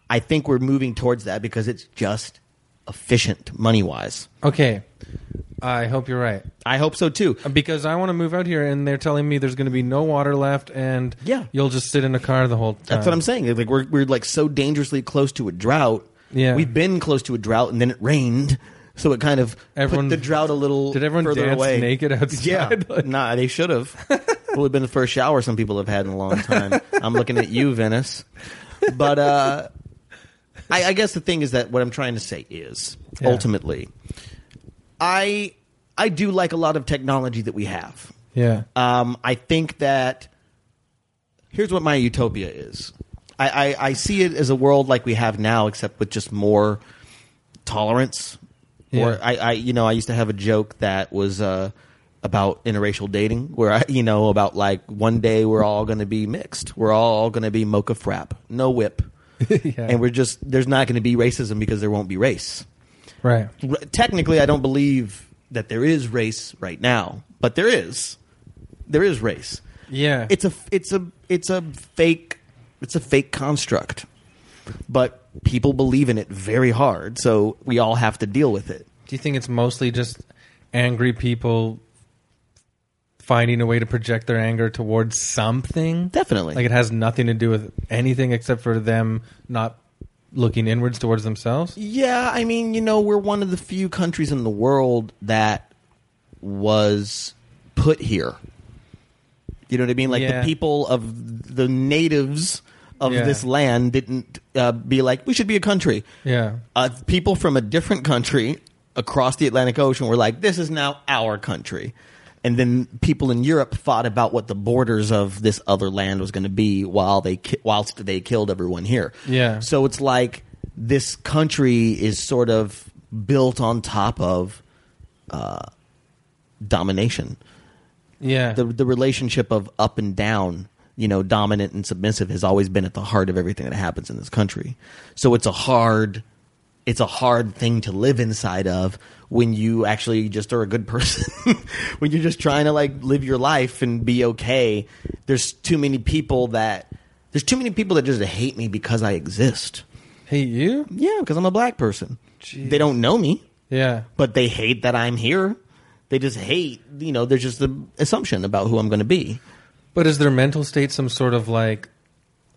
I think we're moving towards that because it's just efficient money wise. Okay. I hope you're right I hope so too. because I want to move out here, and they're telling me there's going to be no water left, and Yeah. you'll just sit in a car the whole time. That's what I'm saying. Like we're we're like so dangerously close to a drought. Yeah. we've been close to a drought, and then it rained, so it kind of Everyone- put the drought a little. Did everyone further dance away. naked outside? Yeah, (laughs) Like- nah, they (laughs) should have. it would have been the first shower some people have had in a long time. I'm looking at you, Venice. But uh, I, I guess the thing is that what I'm trying to say is Yeah. ultimately, I I do like a lot of technology that we have. Yeah. Um, I think that here's what my utopia is. I, I, I see it as a world like we have now, except with just more tolerance. Yeah. Or I, I, you know, I used to have a joke that was uh, about interracial dating, where I, you know, about like one day we're all going to be mixed. We're all going to be mocha frap, no whip, (laughs) yeah. and we're just there's not going to be racism because there won't be race right. r- technically I don't believe that there is race right now, but there is. There is race. Yeah. It's a it's a it's a fake it's a fake construct. But people believe in it very hard, so we all have to deal with it. Do you think it's mostly just angry people finding a way to project their anger towards something? Definitely. Like it has nothing to do with anything except for them not looking inwards towards themselves? Yeah, I mean, you know, we're one of the few countries in the world that was put here. You know what I mean? Like Yeah. the people of the natives of Yeah. this land didn't uh, be like, we should be a country. Yeah. Uh, people from a different country across the Atlantic Ocean were like, this is now our country. And then people in Europe fought about what the borders of this other land was going to be while they ki- whilst they killed everyone here. Yeah. So it's like this country is sort of built on top of uh, domination yeah. the the relationship of up and down, you know, dominant and submissive has always been at the heart of everything that happens in this country. So it's a hard it's a hard thing to live inside of when you actually just are a good person. (laughs) when you're just trying to like live your life and be okay. There's too many people that there's too many people that just hate me because I exist. Hate you? Yeah, because I'm a black person. Jeez. They don't know me Yeah. but they hate that I'm here. They just hate, you know, there's just the assumption about who I'm going to be. But is their mental state some sort of like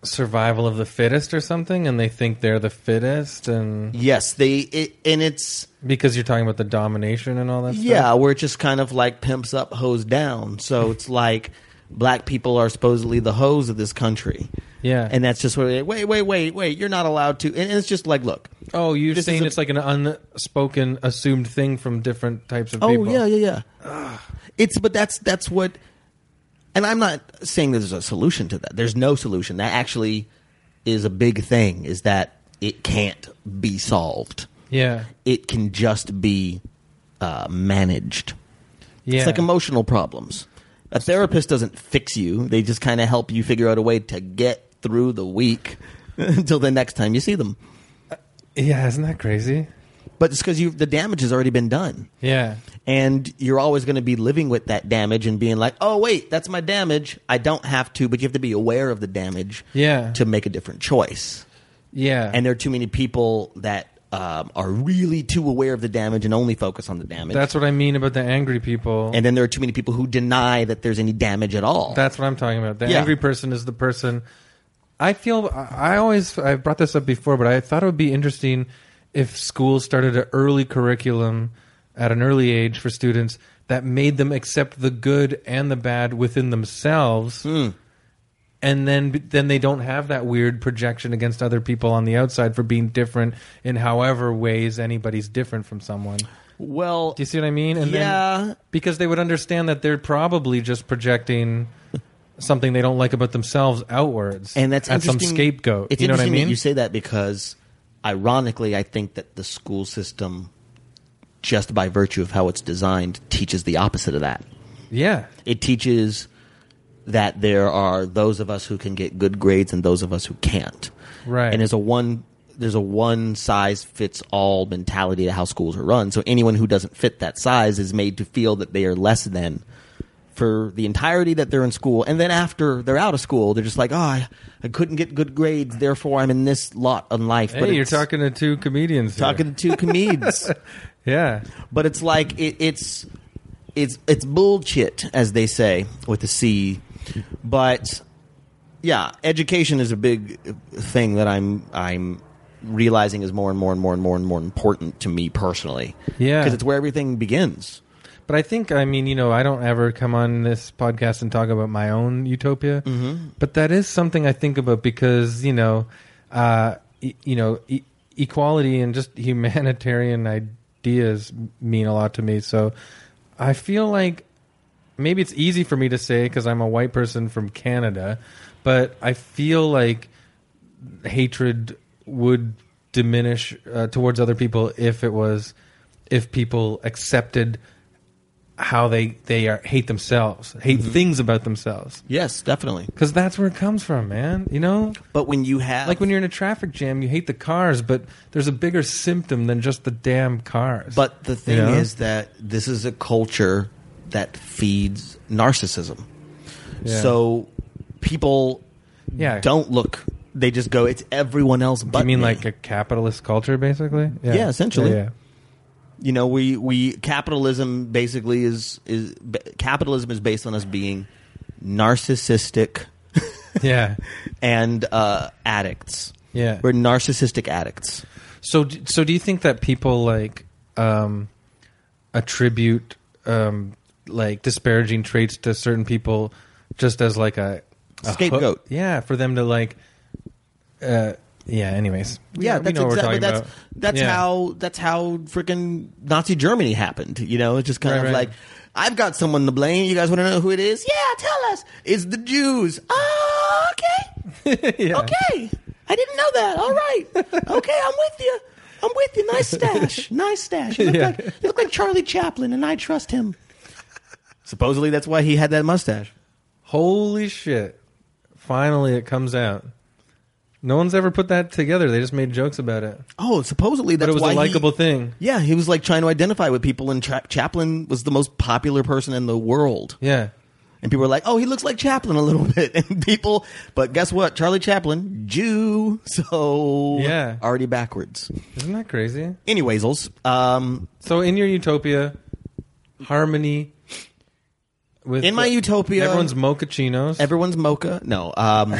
survival of the fittest or something? And they think they're the fittest, and Yes, they, it, and it's, because you're talking about the domination and all that. yeah, stuff? we're just kind of like pimps up, hoes down. So it's like black people are supposedly the hoes of this country. Yeah. And that's just what, they- wait, wait, wait, wait, you're not allowed to. And it's just like, look, Oh, you're This saying is a- it's like an unspoken, assumed thing from different types of Oh people. yeah, yeah, yeah. It's but that's that's what, and I'm not saying that there's a solution to that. There's no solution. That actually is a big thing. Is that it can't be solved. yeah, It can just be uh, managed. yeah. It's like emotional problems. A therapist doesn't fix you. They just kind of help you figure out a way to get through the week (laughs) until the next time you see them. yeah, isn't that crazy? But it's because you the damage has already been done. Yeah, and you're always going to be living with that damage and being like, "Oh wait, that's my damage. I don't have to." But you have to be aware of the damage, Yeah. to make a different choice. yeah, And there are too many people that um, are really too aware of the damage and only focus on the damage. that's what I mean about the angry people. and then there are too many people who deny that there's any damage at all. That's what I'm talking about. The Yeah. angry person is the person. I feel. I I always. I brought this up before, but I thought it would be interesting if schools started an early curriculum at an early age for students that made them accept the good and the bad within themselves. Hmm. And then, then they don't have that weird projection against other people on the outside for being different in however ways anybody's different from someone. well, Do you see what I mean? And Yeah. Then, because they would understand that they're probably just projecting something they don't like about themselves outwards, and that's at some interesting- scapegoat. It's you know what I interesting that mean? you say that because, ironically, I think that the school system, just by virtue of how it's designed, teaches the opposite of that. yeah, it teaches that there are those of us who can get good grades and those of us who can't. Right. And there's a one there's a one size fits all mentality to how schools are run. So anyone who doesn't fit that size is made to feel that they are less than for the entirety that they're in school and then after they're out of school they're just like, "Oh, I, I couldn't get good grades, therefore I'm in this lot in life." hey, you're it's talking to two comedians. here. (laughs) talking to two comedians yeah, but it's like it, it's it's it's bullshit as they say with the c but yeah education is a big thing that i'm i'm realizing is more and more and more and more and more important to me personally Yeah. because it's where everything begins but I think I mean you know I don't ever come on this podcast and talk about my own utopia, mm-hmm. but that is something I think about because you know, uh, e- you know, e- equality and just humanitarian ideas mean a lot to me. So I feel like maybe it's easy for me to say because I'm a white person from Canada, but I feel like hatred would diminish uh, towards other people if it was if people accepted how they they are, hate themselves, hate Mm-hmm. things about themselves, yes definitely because that's where it comes from, man. You know, but when you have like when you're in a traffic jam, you hate the cars, but there's a bigger symptom than just the damn cars. but the thing You know? is that this is a culture that feeds narcissism Yeah. so people Yeah. don't look they just go it's everyone else but you mean me. like a capitalist culture, basically? Yeah, essentially. Yeah, yeah. you know we we capitalism basically is is b- capitalism is based on us being narcissistic Yeah. and uh addicts (laughs) Yeah. we're narcissistic addicts So, d- so do you think that people like um, attribute um, like disparaging traits to certain people just as like a, a hook- Scapegoat. Yeah, for them to like uh, yeah. Anyways, we- yeah, we that's know what we're exactly talking that's about. that's Yeah. how that's how freaking Nazi Germany happened. You know, it's just kind Right, of right. like I've got someone to blame. You guys want to know who it is? Yeah, tell us. It's the Jews. Oh, okay, (laughs) Yeah. okay. I didn't know that. All right, okay, I'm with you. I'm with you. Nice (laughs) stash. Nice stash. You look, Yeah. like, you look like Charlie Chaplin, and I trust him. Supposedly, that's why he had that mustache. Holy shit! Finally, it comes out. No one's ever put that together. They just made jokes about it, Oh, supposedly that's but it was why a he- likable thing. Yeah, he was like trying to identify with people, and Cha- Chaplin was the most popular person in the world. Yeah, And people were like, "Oh, he looks like Chaplin a little (laughs) bit." And people, but guess what? Charlie Chaplin, Jew, so Yeah. already backwards. isn't that crazy? Anyways, um, So in your utopia, harmony with in my utopia, everyone's mochachinos. everyone's mocha. No, (laughs) um,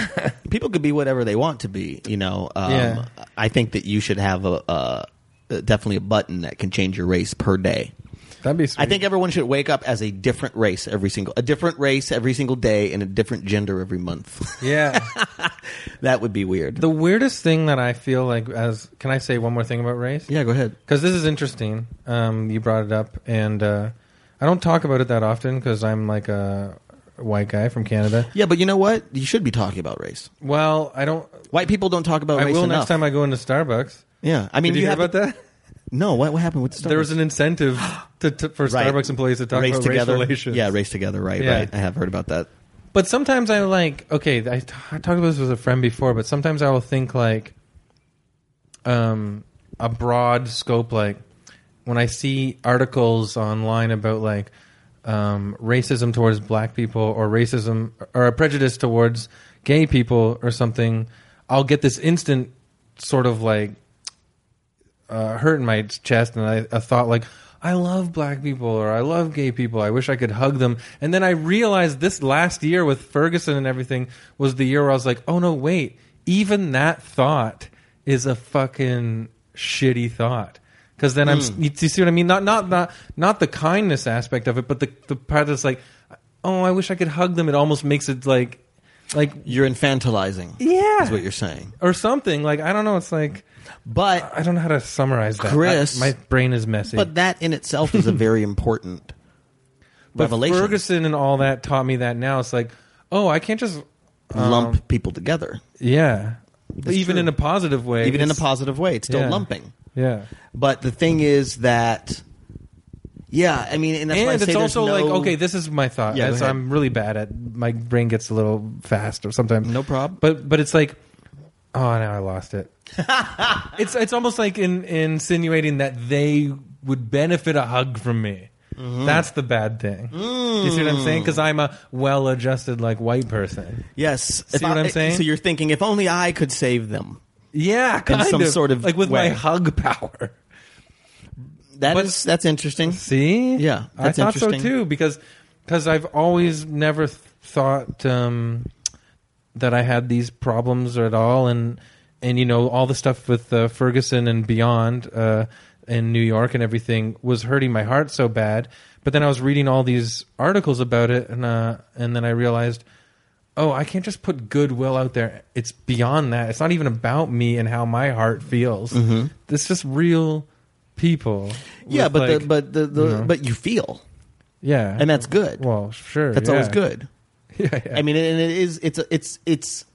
people could be whatever they want to be. You know, um, Yeah. I think that you should have a, a definitely a button that can change your race per day. That'd be sweet. I think everyone should wake up as a different race every single a different race every single day and a different gender every (laughs) month. (laughs) yeah. that would be weird. the weirdest thing that I feel like as can I say one more thing about race? yeah, go ahead. because this is interesting. Um, you brought it up, and uh, I don't talk about it that often because I'm like a white guy from Canada. Yeah, but you know what? You should be talking about race. Well, I don't. White people don't talk about I race will enough. next time I go into Starbucks. yeah, I mean, Did you, hear have about that? No, what, what happened with Starbucks? There was an incentive to, to, for Right. Starbucks employees to talk race about together. race relations. Yeah, race together. Right, Yeah. right. I have heard about that. But sometimes I like okay. I, t- I talked about this with a friend before, but sometimes I will think like, um, a broad scope. Like when I see articles online about like um, racism towards black people or racism or a prejudice towards gay people or something, I'll get this instant sort of like uh, hurt in my chest and I, I thought like i love black people or i love gay people i wish i could hug them and then i realized this last year with ferguson and everything was the year where i was like oh no wait even that thought is a fucking shitty thought because then i'm Hmm. you, you see what i mean not not not not the kindness aspect of it but the, the part that's like oh i wish i could hug them it almost makes it like like You're infantilizing. Yeah. is what you're saying. or something like i don't know it's like But i don't know how to summarize that I- Chris- my brain is messy but that in itself is (laughs) a very important revelation. Ferguson and all that taught me that now. It's like, oh, I can't just uh, Um, lump people together, yeah. even true. in a positive way. even in a it's- positive way. It's still yeah. lumping. Yeah. But the thing is that, yeah, I mean, and that's why I And say it's there's also no- like, okay, this is my thought. Yeah, go That's- ahead. I'm really bad at my brain gets a little fast or sometimes. No prob. But but it's like oh now I lost (laughs) it. it's it's almost like in, insinuating that they would benefit a hug from me. Mm-hmm. That's the bad thing. Do You see what I'm Mm. saying? Because I'm a well-adjusted, like white person. yes. See If what I- I'm saying? So you're thinking, if only I could save them. Yeah, kind some sort of like with way. my hug power. That But- is- that's interesting. See? Yeah, I that's thought so interesting. too because because I've always never th- thought um, that I had these problems at all, and and you know all the stuff with uh, Ferguson and beyond uh, in New York and everything was hurting my heart so bad. But then I was reading all these articles about it, and uh, and then I realized. Oh, I can't just put goodwill out there. It's beyond that. It's not even about me and how my heart feels. Mm-hmm. It's just real people. Yeah, with, but the, like- but the, the but you feel, yeah, and that's good. well, sure. that's yeah. always good. (laughs) Yeah, yeah. I mean, and it is. It's a- it's it's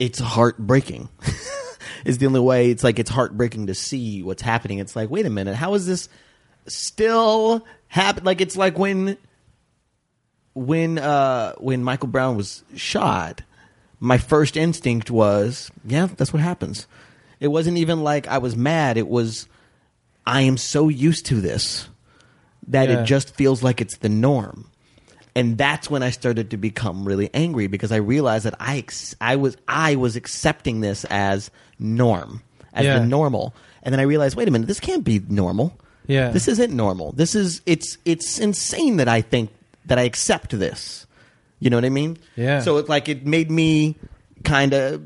it's heartbreaking. (laughs) is the only way. It's like it's heartbreaking to see what's happening. It's like, wait a minute, how is this still happen? Like it's like when when uh when Michael Brown was shot, my first instinct was, yeah, that's what happens. It wasn't even like I was mad. It was, I am so used to this that Yeah. it just feels like it's the norm. And that's when I started to become really angry because I realized that I ex- I was I was accepting this as norm, as Yeah. the normal. And then I realized, wait a minute, this can't be normal. Yeah. This isn't normal. This is it's it's insane that I think that I accept this. You know what I mean? Yeah. So it like it made me kind of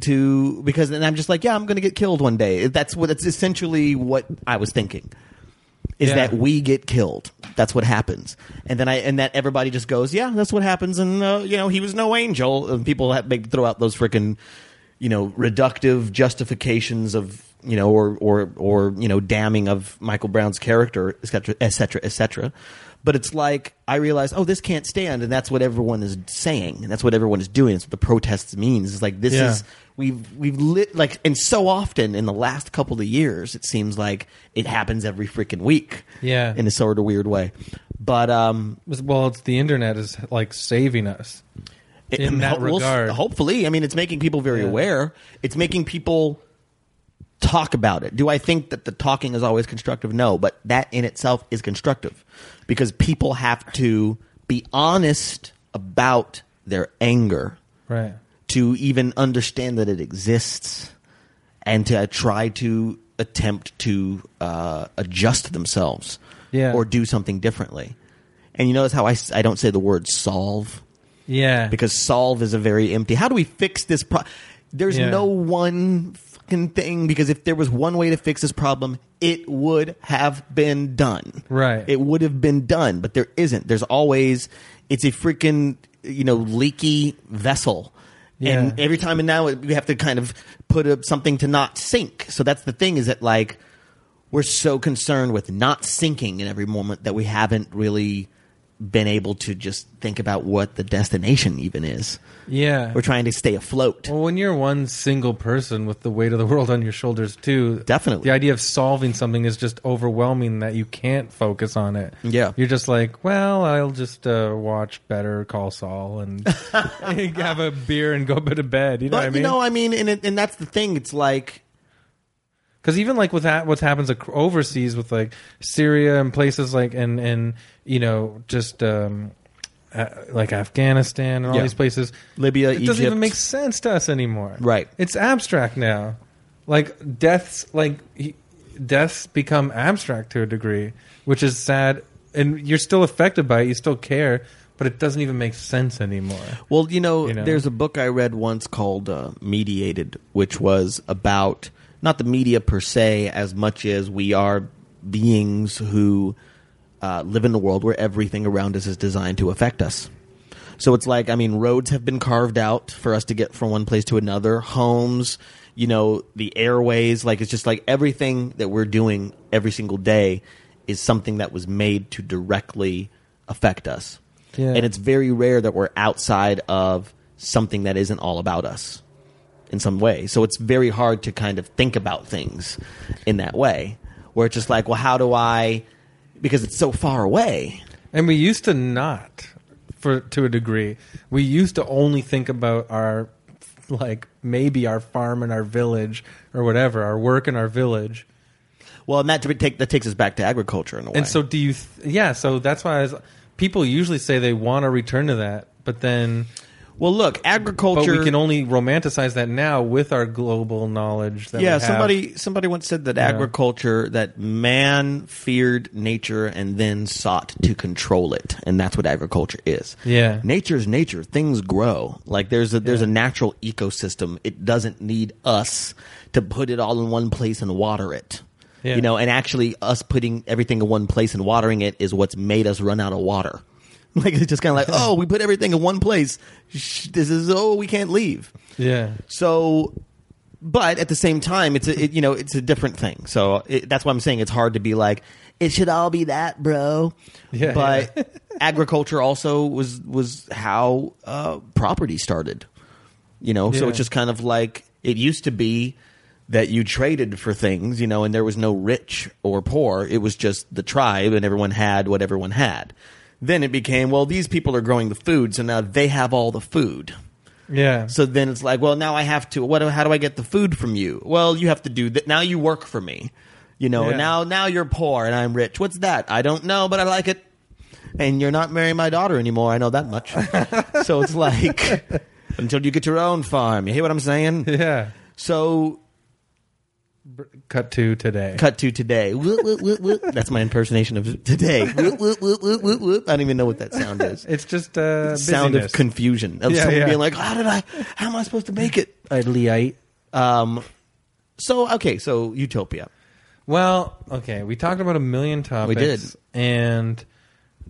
to because then I'm just like, yeah, I'm going to get killed one day. That's what that's essentially what I was thinking is Yeah. that we get killed. That's what happens. And then I and that everybody just goes, yeah, that's what happens. And uh, you know, he was no angel. And people have, make, throw out those freaking you know reductive justifications of you know or or or you know damning of Michael Brown's character, et cetera, et cetera, et cetera. But it's like I realize, oh, this can't stand, and that's what everyone is saying, and that's what everyone is doing. It's what the protests means. It's like this Yeah. is we've we've lit like, and so often in the last couple of years, it seems like it happens every freaking week. Yeah. in a sort of weird way. But um, Well, it's the internet is like saving us. it- In that (laughs) we'll- regard. hopefully, I mean, it's making people very aware. It's making people talk about it. Do I think that the talking is always constructive? No, but that in itself is constructive because people have to be honest about their anger Right. to even understand that it exists and to uh, try to attempt to uh, adjust themselves Yeah. or do something differently. And you notice how I, s- I don't say the word solve Yeah. because solve is a very empty. How do we fix this problem? There's Yeah. no one fucking thing because if there was one way to fix this problem, it would have been done. Right. It would have been done, but there isn't. There's always it's a freaking you know leaky vessel. And Yeah. every time and now we have to kind of put up something to not sink. So that's the thing is that like we're so concerned with not sinking in every moment that we haven't really been able to just think about what the destination even is. yeah. We're trying to stay afloat. Well, when you're one single person with the weight of the (laughs) world on your shoulders, too, Definitely. the idea of solving something is just overwhelming that you can't focus on it. Yeah. you're just like, well, I'll just uh, watch Better Call Saul and (laughs) have a beer and go to bed. You know but what I mean? you know, I mean, and it, and that's the thing. It's like because even like with that what happens ac- overseas with like syria and places like and and you know just um uh, like afghanistan and all Yeah. these places Libya, it doesn't Egypt. even make sense to us anymore Right. it's abstract now like deaths like he- deaths become abstract to a degree which is sad and you're still affected by it you still care but it doesn't even make sense anymore (laughs) Well, you know, You know? there's a book I read once called uh, Mediated, which was about not the media per se as much as we are beings who uh, live in a world where everything around us is designed to affect us. So it's like, I mean, roads have been carved out for us to get from one place to another, homes, you know, the airways. Like, it's just like everything that we're doing every single day is something that was made to directly affect us. Yeah. And it's very rare that we're outside of something that isn't all about us in some way. So it's very hard to kind of think about things in that way, where it's just like, well, how do I, because it's so far away. And we used to not, for to a degree. We used to only think about our, like maybe our farm and our village or whatever, our work and our village. Well, and that, to take, that takes us back to agriculture in a way. And so, do you? Th- yeah. So that's why I was, people usually say they want to return to that, but then, Well, look, but agriculture. we can only romanticize that now with our global knowledge. That we yeah, have. somebody somebody once said that agriculture that man feared nature and then sought to control it, and that's what agriculture is. Yeah. nature's nature. Things grow. Like there's a there's a natural ecosystem. It doesn't need us to put it all in one place and water it. Yeah. You know, and actually, us putting everything in one place and watering it is what's made us run out of water. (laughs) Like it's just kind of like, oh, we put everything in one place. Sh- This is oh, we can't leave. Yeah. So, but at the same time, it's a it, you know it's a different thing. So it, that's why I'm saying it's hard to be like it should all be that, bro. Yeah, but agriculture also was was how uh, property started. You know, so Yeah. it's just kind of like it used to be that you traded for things, you know, and there was no rich or poor. It was just the tribe, and everyone had what everyone had. Then it became, well, these people are growing the food, so now they have all the food. Yeah. So then it's like, well, now I have to. What? How do I get the food from you? Well, you have to do that. Now you work for me. You know. Yeah. Now, now you're poor and I'm rich. What's that? I don't know, but I like it. And you're not marrying my daughter anymore. I know that much. so it's like until you get your own farm. You hear what I'm saying? (laughs) yeah. So Cut to today. cut to today. Woot, woot, woot, woot. That's my impersonation of today. Woot, woot, woot, woot, woot, woot. I don't even know what that sound is. It's just uh, sound of busyness. confusion of Yeah, someone yeah. being like, "How did I? How am I supposed to make (laughs) it?" idly eight. Um, so okay, so Utopia. Well, okay, we talked about a million topics. did. and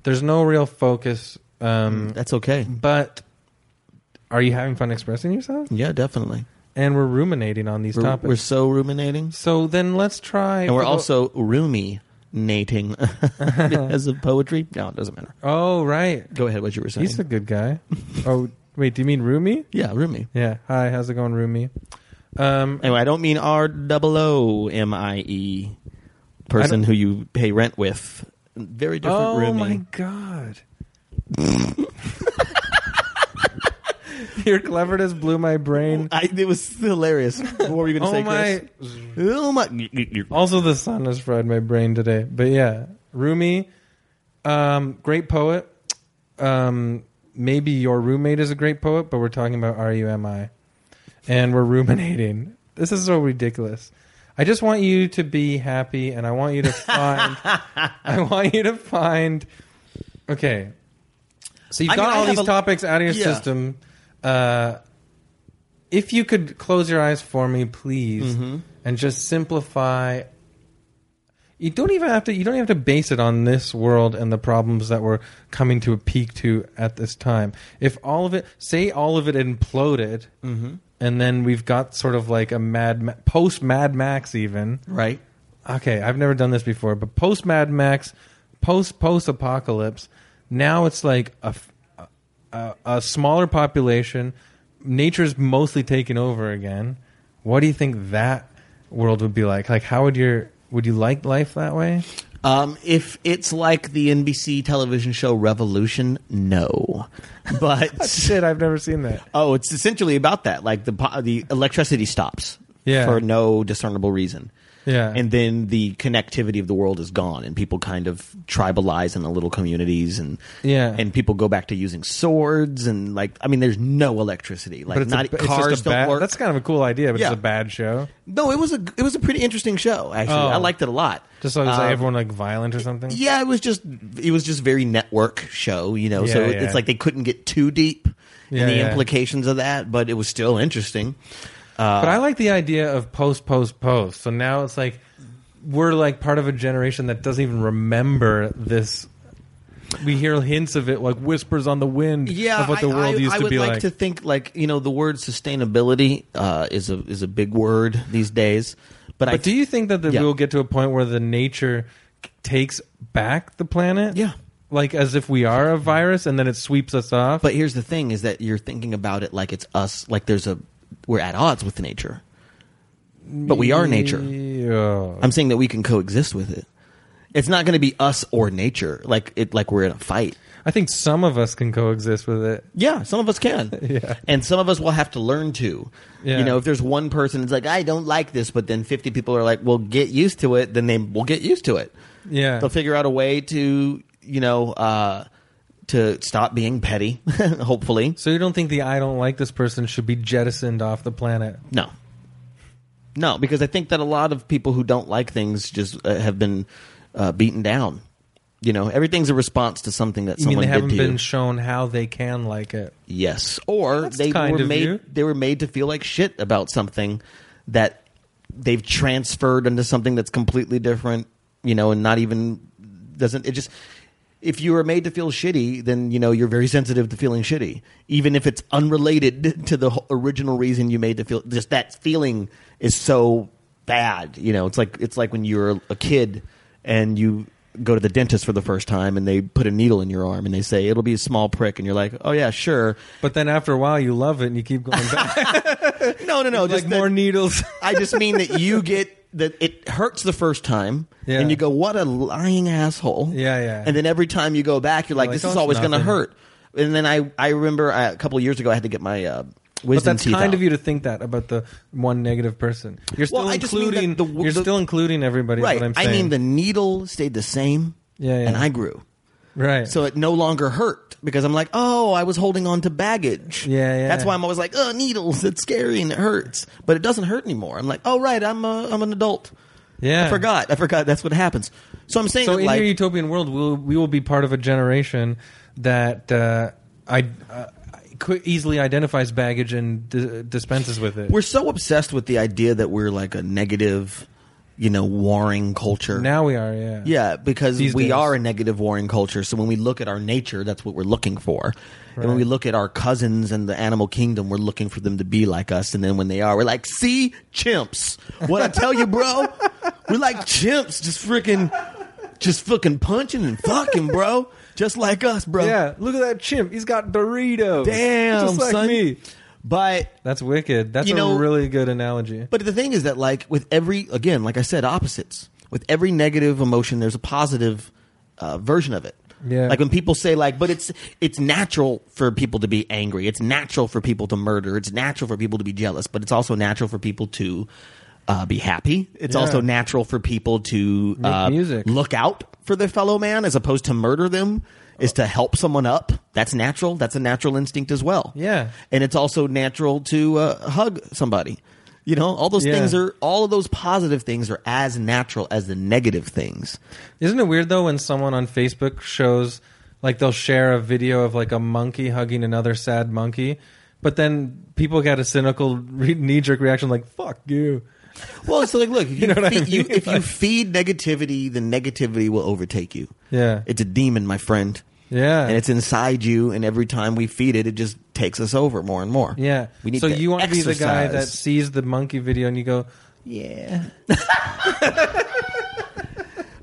there's no real focus. Um, That's okay. but are you having fun expressing yourself? Yeah, definitely. and we're ruminating on these We're, topics. we're so ruminating, so then let's try. and we're for the- also ruminating (laughs) because of poetry. No, it doesn't matter. Oh right, Go ahead. What you were saying? he's a good (laughs) guy. oh wait, do you mean Rumi? yeah, roomy. Yeah. Hi, how's it going, Rumi? Um, Anyway, I don't mean R double O M I E person who you pay rent with. Very different oh roomie. my god. (laughs) Your cleverness blew my (laughs) brain. I, it was hilarious. What were you going (laughs) to Oh say, my! Chris? Oh my! you- you- you- Also, the sun has fried my brain today. But yeah, Rumi, um, great poet. Um, maybe your roommate is a great poet, but we're talking about R U M I, and we're ruminating. This is so ridiculous. I just want you to be happy, and I want you to (laughs) find. I want you to find. Okay, so you've I mean, got I all have these a- topics out of your Yeah. system. Uh, if you could close your eyes for me, please, and just simplify. You don't even have to. You don't have to base it on this world and the problems that we're coming to a peak to at this time. If all of it, say all of it imploded, and then we've got sort of like a Mad Ma- post Mad Max even right. okay, I've never done this before, but post Mad Max, post post apocalypse, now it's like a, f- a- a smaller population. Nature's mostly taken over again. What do you think that world would be like? Like, how would your would you like life that way? Um, if it's like the NBC television show Revolution, (laughs) no. But (laughs) Shit, I've never seen that. oh, it's essentially about that. Like the po- the electricity stops Yeah. for no discernible reason. Yeah. And then the connectivity of the world is gone, and people kind of tribalize in the little communities, and Yeah. and people go back to using swords, and like I mean, there's no electricity, like But it's, a, not it's just cars a don't bad. work. That's kind of a cool idea, but Yeah. it's a bad show. No, it was a it was a pretty interesting show. Actually, Oh. I liked it a lot. Just so it's like Um, everyone like violent or something. Yeah, it was just it was just very network show, you know. so Yeah, it's yeah. like they couldn't get too deep Yeah, in the yeah. implications of that, but it was still interesting. Uh, But I like the idea of post, post, post. So now it's like we're like part of a generation that doesn't even remember this. We hear hints of it, like whispers on the wind Yeah, of what the I, world I, used I to would be like, like. to think like you know the word sustainability uh, is a is a big word these days. But, I But do you think that the, Yeah. we'll get to a point where the nature k- takes back the planet? Yeah. Like as if we are a virus and then it sweeps us off? But here's the thing: is that you're thinking about it like it's us, like there's a we're at odds with nature, but we are nature. Yeah. I'm saying that we can coexist with it. It's not going to be us or nature, like it, like we're in a fight. I think some of us can coexist with it. Yeah, some of us can. (laughs) Yeah. And some of us will have to learn to. Yeah. You know, if there's one person that's like, I don't like this, but then 50 people are like, well, get used to it, then they will get used to it. Yeah. They'll figure out a way to, you know, uh, to stop being petty, (laughs) hopefully. So you don't think the I don't like this person should be jettisoned off the planet? No. No, because I think that a lot of people who don't like things just uh, have been uh, beaten down. You know, everything's a response to something that You mean someone they did haven't to you. been shown how they can like it? Yes, or That's they kind were of made you. they were made to feel like shit about something that they've transferred into something that's completely different, you know, and not even doesn't it just if you were made to feel shitty, then you know you're very sensitive to feeling shitty, even if it's unrelated (laughs) to the whole- original reason you made to feel. Just that feeling is so bad, you know. It's like it's like when you're a kid and you go to the dentist for the first time and they put a needle in your arm and they say it'll be a small prick and you're like, oh yeah, sure, But then after a while, you love it and you keep (laughs) going back. No, no, no. Just like that- more needles. I just mean that you get that it hurts the first time, Yeah. and you go, "What a lying asshole!" Yeah, yeah. (laughs) And then every time you go back, you're like, like, "This "Oh, is it's always going to nothing." hurt." And then I, I remember I, a couple years ago, I had to get my uh, but wisdom that's teeth kind out. of you to think that about the one negative person. You're still Well, I just mean that including. the w- you're the- still including everybody. is right? What I'm I saying. mean, the needle stayed the same, Yeah, yeah. and I grew, right. so it no longer hurt because I'm like, "Oh, I was holding on to baggage." Yeah, yeah. That's why I'm always like, "Oh, needles, it's scary and it hurts," but it doesn't hurt anymore. I'm like, "Oh, right, I'm a, I'm an adult." yeah. I forgot. I forgot. That's what happens. So I'm saying So that, in like, your utopian world, we'll, we will be part of a generation that uh, I. Uh, qu- easily identifies baggage and d- dispenses with it. we're so obsessed with the idea that we're like a negative you know, warring culture. Now we are, yeah. Yeah, because These we days. are a negative warring culture. So when we look at our nature, that's what we're looking for. And when we look at our cousins and the animal kingdom, we're looking for them to be like us. And then when they are, we're like, see, chimps. What I tell you, bro? We're like chimps, just freaking, just fucking punching and fucking, bro. Just like us, bro. Yeah, look at that chimp. He's got Doritos. Damn, Just like son. me. But That's wicked. That's You a know- really good analogy. But the thing is that, like, with every, again, like I said, opposites. With every negative emotion, there's a positive uh, version of it. Yeah. Like when people say, like, but it's it's natural for people to be angry. It's natural for people to murder. It's natural for people to be jealous. But it's also natural for people to uh, be happy. It's Yeah. also natural for people to uh, music. look out for their fellow man as opposed to murder them. Is to help someone up. That's natural. That's a natural instinct as well Yeah. and it's also natural to uh, hug somebody. You know, all those Yeah. things are all of those positive things are as natural as the negative things. Isn't it weird though when someone on Facebook shows like they'll share a video of like a monkey hugging another sad monkey, but then people get a cynical re- knee jerk reaction like "fuck you." Well, it's (laughs) like look, if you, know what I feed, you, mean? if you Like- feed negativity, the negativity will overtake you. Yeah. it's a demon, my friend. Yeah. and it's inside you, and every time we feed it, it just takes us over more and more. Yeah. we need. so to you want to be the guy that exercise. sees the monkey video and you go, Yeah. (laughs)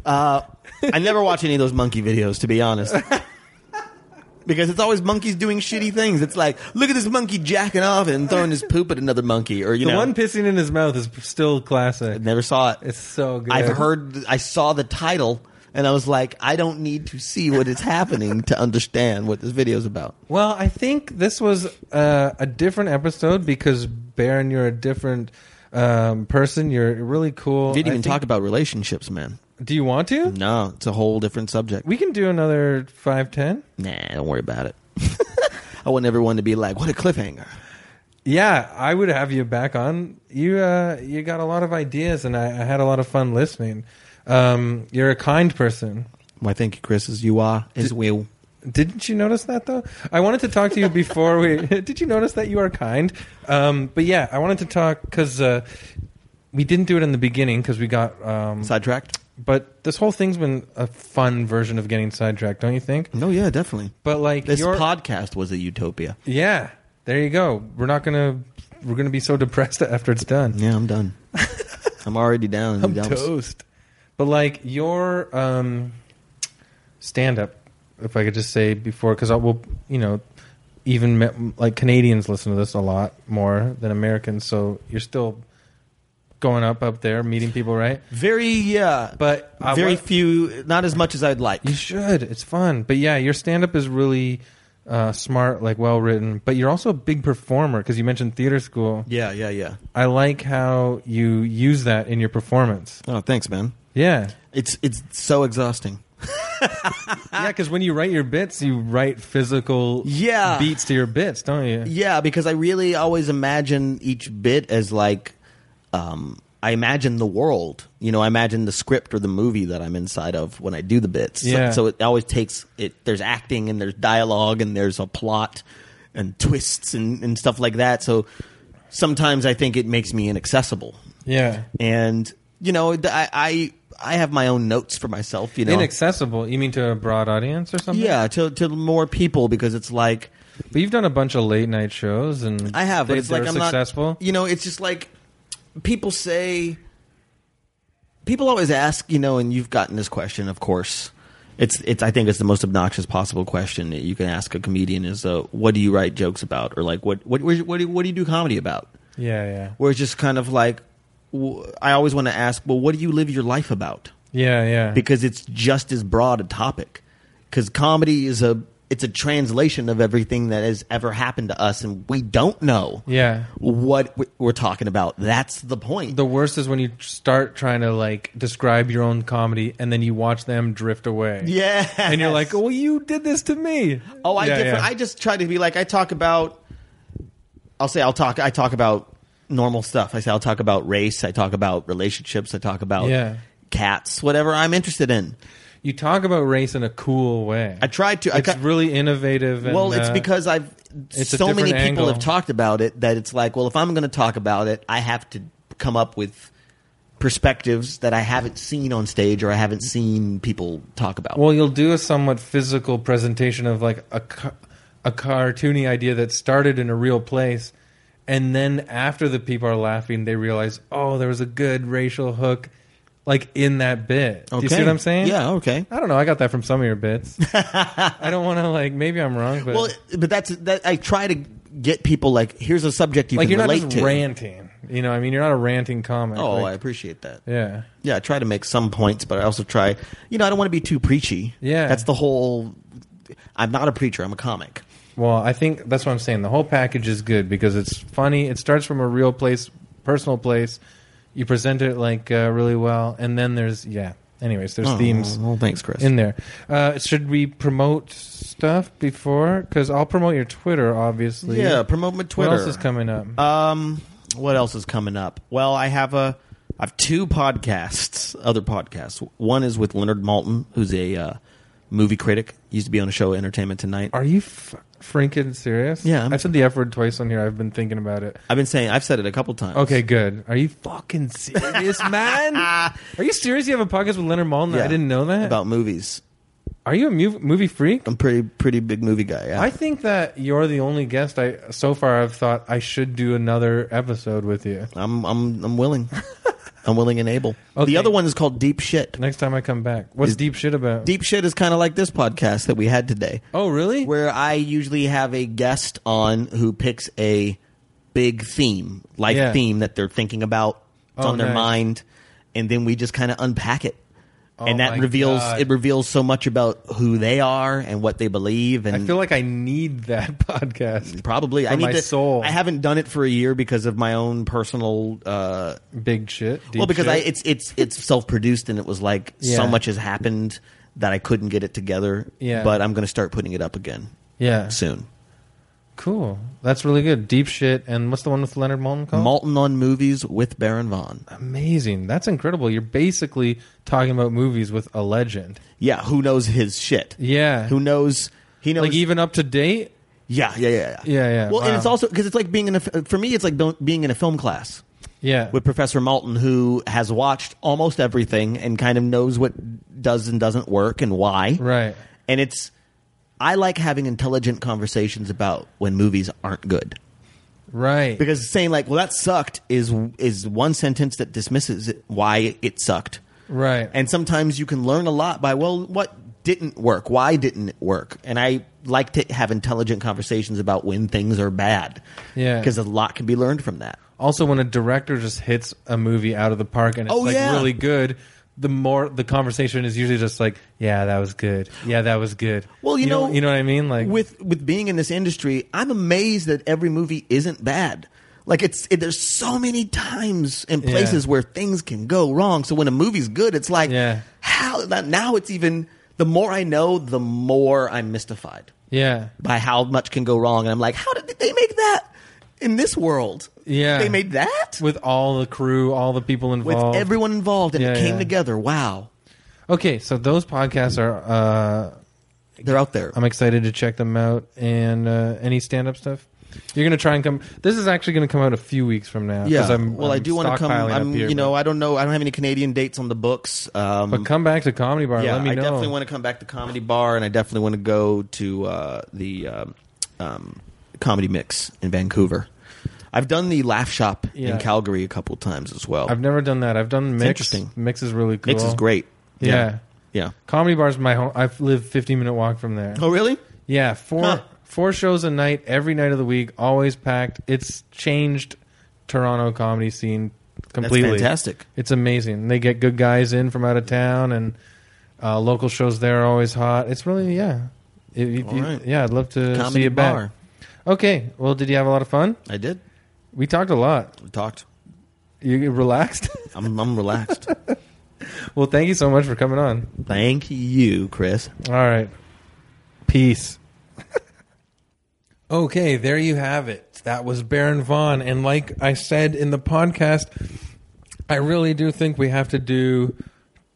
uh, I never watch any of those monkey videos, to be honest. Because it's always monkeys doing shitty things. It's like, look at this monkey jacking off and throwing his poop at another monkey, or you "The know, one pissing in his mouth is still classic." never saw it. It's so good. I've heard, I saw the title, and I was like, I don't need to see what is happening to understand what this video is about. Well, I think this was uh, a different episode because Baron, you're a different um, person. You're really cool. Didn't I even think- talk about relationships, man. Do you want to? No, it's a whole different subject. We can do another five ten. Nah, don't worry about it. (laughs) I want everyone to be like, what a cliffhanger. Yeah, I would have you back on. You uh, you got a lot of ideas, and I, I had a lot of fun listening. Um, you're a kind person. Why, thank you, Chris, as you are, as well. Didn't you notice that though? I wanted to talk to you before (laughs) we. Did you notice that you are kind? Um, but yeah, I wanted to talk because uh, we didn't do it in the beginning because we got um, Sidetracked? But this whole thing's been a fun version of getting sidetracked, don't you think? No, yeah, definitely. But like This your- podcast was a utopia. yeah, there you go. We're not gonna we're gonna be so (laughs) depressed after it's done. Yeah, I'm done. (laughs) I'm already down. in the I'm dumps. toast. But like your um, stand up, if I could just say before, because I will, you know, even me- like Canadians listen to this a lot more than Americans, so you're still going up up there meeting people, right? Very, yeah. But I very wa- few, not as much as I'd like. You should. It's fun. But yeah, your stand up is really uh, smart, like well written. But you're also a big performer because you mentioned theater school. Yeah, yeah, yeah. I like how you use that in your performance. Oh, thanks, man. Yeah. It's it's so exhausting. Yeah, because when you write your bits, you write physical Yeah. beats to your bits, don't you? Yeah, because I really always imagine each bit as like, um, I imagine the world. You know, I imagine the script or the movie that I'm inside of when I do the bits. So- Yeah. So, it always takes it. There's acting and there's dialogue and there's a plot and twists and, and stuff like that. So sometimes I think it makes me inaccessible. Yeah. And you know, I I, I have my own notes for myself. You know. Inaccessible. You mean to a broad audience or something? yeah, to to more people because it's like But you've done a bunch of late night shows and I have, but they- it's like they're I'm successful. not. You know, it's just like people say. People always ask, you know, and you've gotten this question, of course. It's it's. I think it's the most obnoxious possible question that you can ask a comedian is, uh, "What do you write jokes about?" or like, "What what what do you, what do you do comedy about?" Yeah, yeah. Where it's just kind of like, w- I always want to ask, "Well, what do you live your life about?" Yeah, yeah. because it's just as broad a topic. Because comedy is a it's a translation of everything that has ever happened to us, and we don't know Yeah. what w- we're talking about. That's the point. The worst is when you start trying to like describe your own comedy and then you watch them drift away. yeah, And you're like, "Oh, you did this to me." oh, I Yeah, differ- yeah. I just try to be like I talk about. I'll say I'll talk. I talk about normal stuff. I say I'll talk about race. I talk about relationships. I talk about Yeah. cats. Whatever I'm interested in. you talk about race in a cool way. I try to. I it's ca- really innovative. And, Well, it's uh, because I've it's a so many different people angle. have talked about it that it's like, well, if I'm going to talk about it, I have to come up with perspectives that I haven't seen on stage or I haven't seen people talk about. Well, you'll do a somewhat physical presentation of like a ca- a cartoony idea that started in a real place, and then after the people are laughing, they realize, oh, there was a good racial hook, like in that bit. Do you see Okay. what I'm saying? Yeah, okay. I don't know. I got that from some of your (laughs) bits. I don't want to like. Maybe I'm wrong, but Well, but that's that. I try to get people like, here's a subject you like can you're not relate just to. ranting. You know, I mean, you're not a ranting comic. oh, I like- appreciate that. yeah. Yeah, I try to make some points, but I also try. You know, I don't want to be too preachy. Yeah. that's the whole. I'm not a preacher. I'm a comic. Well, I think that's what I'm saying. The whole package is good because it's funny. It starts from a real place, personal place. You present it like uh, really well, and then there's yeah. Anyways, there's Oh, themes Well, thanks, Chris. in there. Uh, should we promote stuff before? Because I'll promote your Twitter, obviously. yeah, promote my Twitter. What else is coming up? Um, what else is coming up? Well, I have a I have two podcasts, other podcasts. One is with Leonard Malton, who's a uh, movie critic. He used to be on a show Entertainment Tonight. Are you f- freaking serious? Yeah, I'm- I said the F word twice on here. I've been thinking about it. I've been saying I've said it a couple times. Okay, good. Are you fucking (laughs) serious, man? Are you serious? You have a podcast with Leonard Maltin? Yeah. I didn't know that. about movies. Are you a mu- movie freak? I'm pretty pretty big movie guy. Yeah. I think that you're the only guest I so far I've thought I should do another episode with you. I'm I'm (laughs) I'm willing. I'm willing and able. Okay. The other one is called Deep Shit. Next time I come back. What's Is- deep shit about? Deep Shit is kind of like this podcast that we had today. Oh, really? where I usually have a guest on who picks a big theme, life Yeah. theme that they're thinking about, it's Oh, on their nice. mind, and then we just kind of unpack it. and Oh my that reveals God. it reveals so much about who they are and what they believe and I feel like I need that (laughs) podcast. probably I for need my to soul. I haven't done it for a year because of my own personal uh Big shit. Deep well because I shit. it's it's it's self produced and it was like Yeah. so much has happened that I couldn't get it together Yeah. but I'm going to start putting it up again yeah. soon. Cool. That's really good. Deep shit. And what's the one with Leonard Maltin called? Malton on movies with Baron Vaughn. Amazing. That's incredible. You're basically talking about movies with a legend. Yeah, who knows his shit? Yeah. Who knows? He knows. like even up to date? yeah, yeah, yeah, yeah, Yeah, yeah, Well, and wow. it's also because it's like being in a. For me, it's like don't- being in a film class Yeah. with Professor Malton, who has watched almost everything and kind of knows what does and doesn't work and why. right. And it's, I like having intelligent conversations about when movies aren't good Right. because saying like, "Well, that sucked," is is one sentence that dismisses it, why it sucked. right. And sometimes you can learn a lot by, well, what didn't work? Why didn't it work? And I like to have intelligent conversations about when things are bad. Yeah. Because a lot can be learned from that. also when a director just hits a movie out of the park and it's Oh, like yeah. really good the more the conversation is usually just like yeah that was good yeah that was good Well, you, know, you know what i mean like with with being in this industry, I'm amazed that every movie isn't bad. Like it's it, there's so many times and Yeah. places where things can go wrong. So when a movie's good, it's like Yeah. how that now it's even the more I know, the more I'm mystified. yeah by how much can go wrong. And I'm like, how did they make that in this world? Yeah. They made that with, with all the crew all the people involved everyone involved and Yeah, it came yeah. together. Wow. okay so those podcasts are uh They're out there. i'm excited to check them out and uh any stand-up stuff you're gonna try and come this is actually gonna come out a few weeks from now 'cause I'm, well, i I'm do want to come. stockpiling up I'm, here, you know, I don't know. I don't have any Canadian dates on the books. Um, but, but come back to comedy bar yeah, let me I know definitely want to come back to Comedy Bar, and I definitely want to go to uh, the um, um, Comedy Mix in Vancouver. I've done the Laugh Shop Yeah. in Calgary a couple times as well. I've never done that. I've done mix. interesting. Mix is really cool. Mix is great. Yeah. yeah. Comedy bar's my home. I live 15 minute walk from there. Oh, really? Yeah, four Huh. four shows a night every night of the week, always packed. It's changed Toronto comedy scene completely. fantastic. It's amazing. They get good guys in from out of town and uh, local shows there are always hot. It's really yeah. If- if All you- right. Yeah, I'd love to Comedy see you Bar. back. Okay. Well, did you have a lot of fun? I did. We talked a lot. We talked. You relaxed? (laughs) I'm, I'm relaxed. (laughs) well, thank you so much for coming on. Thank you, Chris. All right. Peace. (laughs) okay, there you have it. That was Baron Vaughn. And like I said in the podcast, I really do think we have to do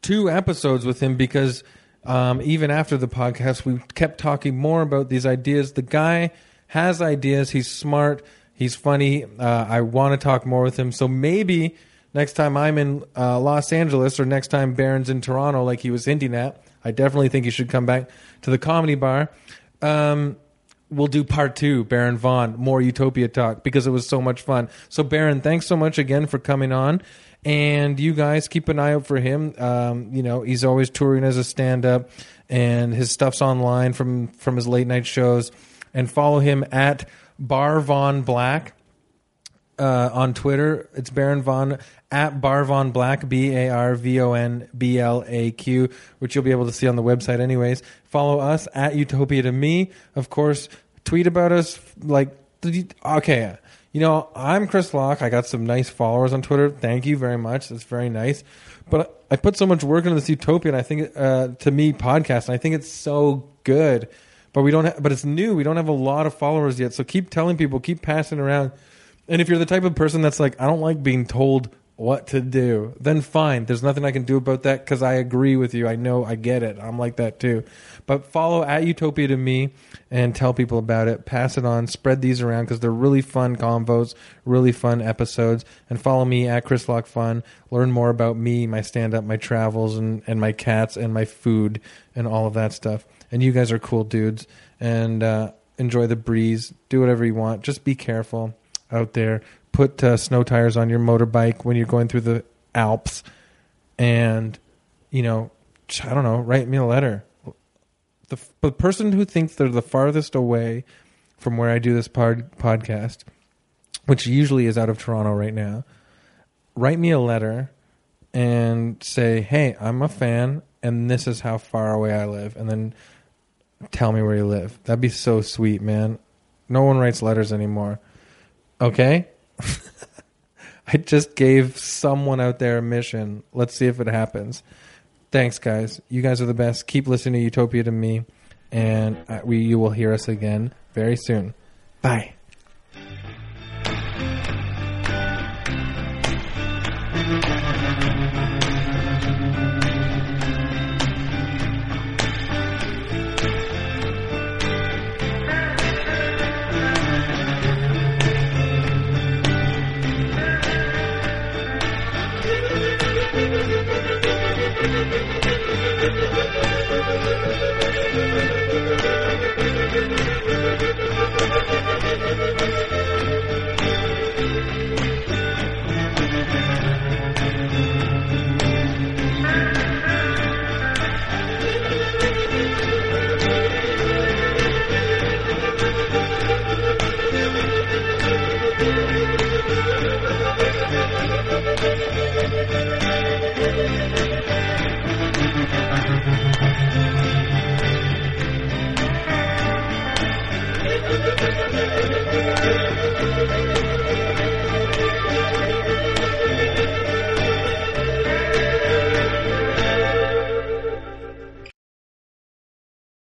two episodes with him because um, even after the podcast, we kept talking more about these ideas. The guy has ideas, he's smart, he's funny. Uh, I want to talk more with him. So maybe. next time I'm in uh, Los Angeles or next time Barron's in Toronto, like he was hinting at, I definitely think you should come back to the comedy bar. Um, we'll do part two, Baron Vaughn, more Utopia talk because it was so much fun. So, Baron, thanks so much again for coming on. And you guys keep an eye out for him. Um, you know, he's always touring as a stand up, and his stuff's online from, from his late night shows. And follow him at Bar Vaughn Black uh, on Twitter. It's Baron Von at Bar Von Black, B A R V O N B L A Q, which you'll be able to see on the website, anyways. Follow us at Utopia to Me. Of course, tweet about us. Like, okay. You know, I'm Chris Locke. I got some nice followers on Twitter. Thank you very much. That's very nice. But I put so much work into this Utopia, and I think, uh, to me, podcast, and I think it's so good. But we don't. Ha- but it's new. We don't have a lot of followers yet. So keep telling people. Keep passing around. And if you're the type of person that's like, I don't like being told what to do, then fine. There's nothing I can do about that because I agree with you. I know I get it. I'm like that too. But follow at Utopia to me and tell people about it. Pass it on. Spread these around because they're really fun convos, really fun episodes. And follow me at Chris Lock Fun. Learn more about me, my stand up, my travels, and, and my cats, and my food, and all of that stuff. And you guys are cool dudes. And uh, enjoy the breeze. Do whatever you want. Just be careful out there. Put uh, snow tires on your motorbike when you're going through the Alps, and you know, I don't know. Write me a letter. The, the person who thinks they're the farthest away from where I do this pod, podcast, which usually is out of Toronto right now, write me a letter and say, "Hey, I'm a fan, and this is how far away I live," and then tell me where you live. That'd be so sweet, man. No one writes letters anymore okay? (laughs) I just gave someone out there a mission. Let's see if it happens. Thanks, guys. You guys are the best. Keep listening to Utopia to me, and uh, we you will hear us again very soon. Bye.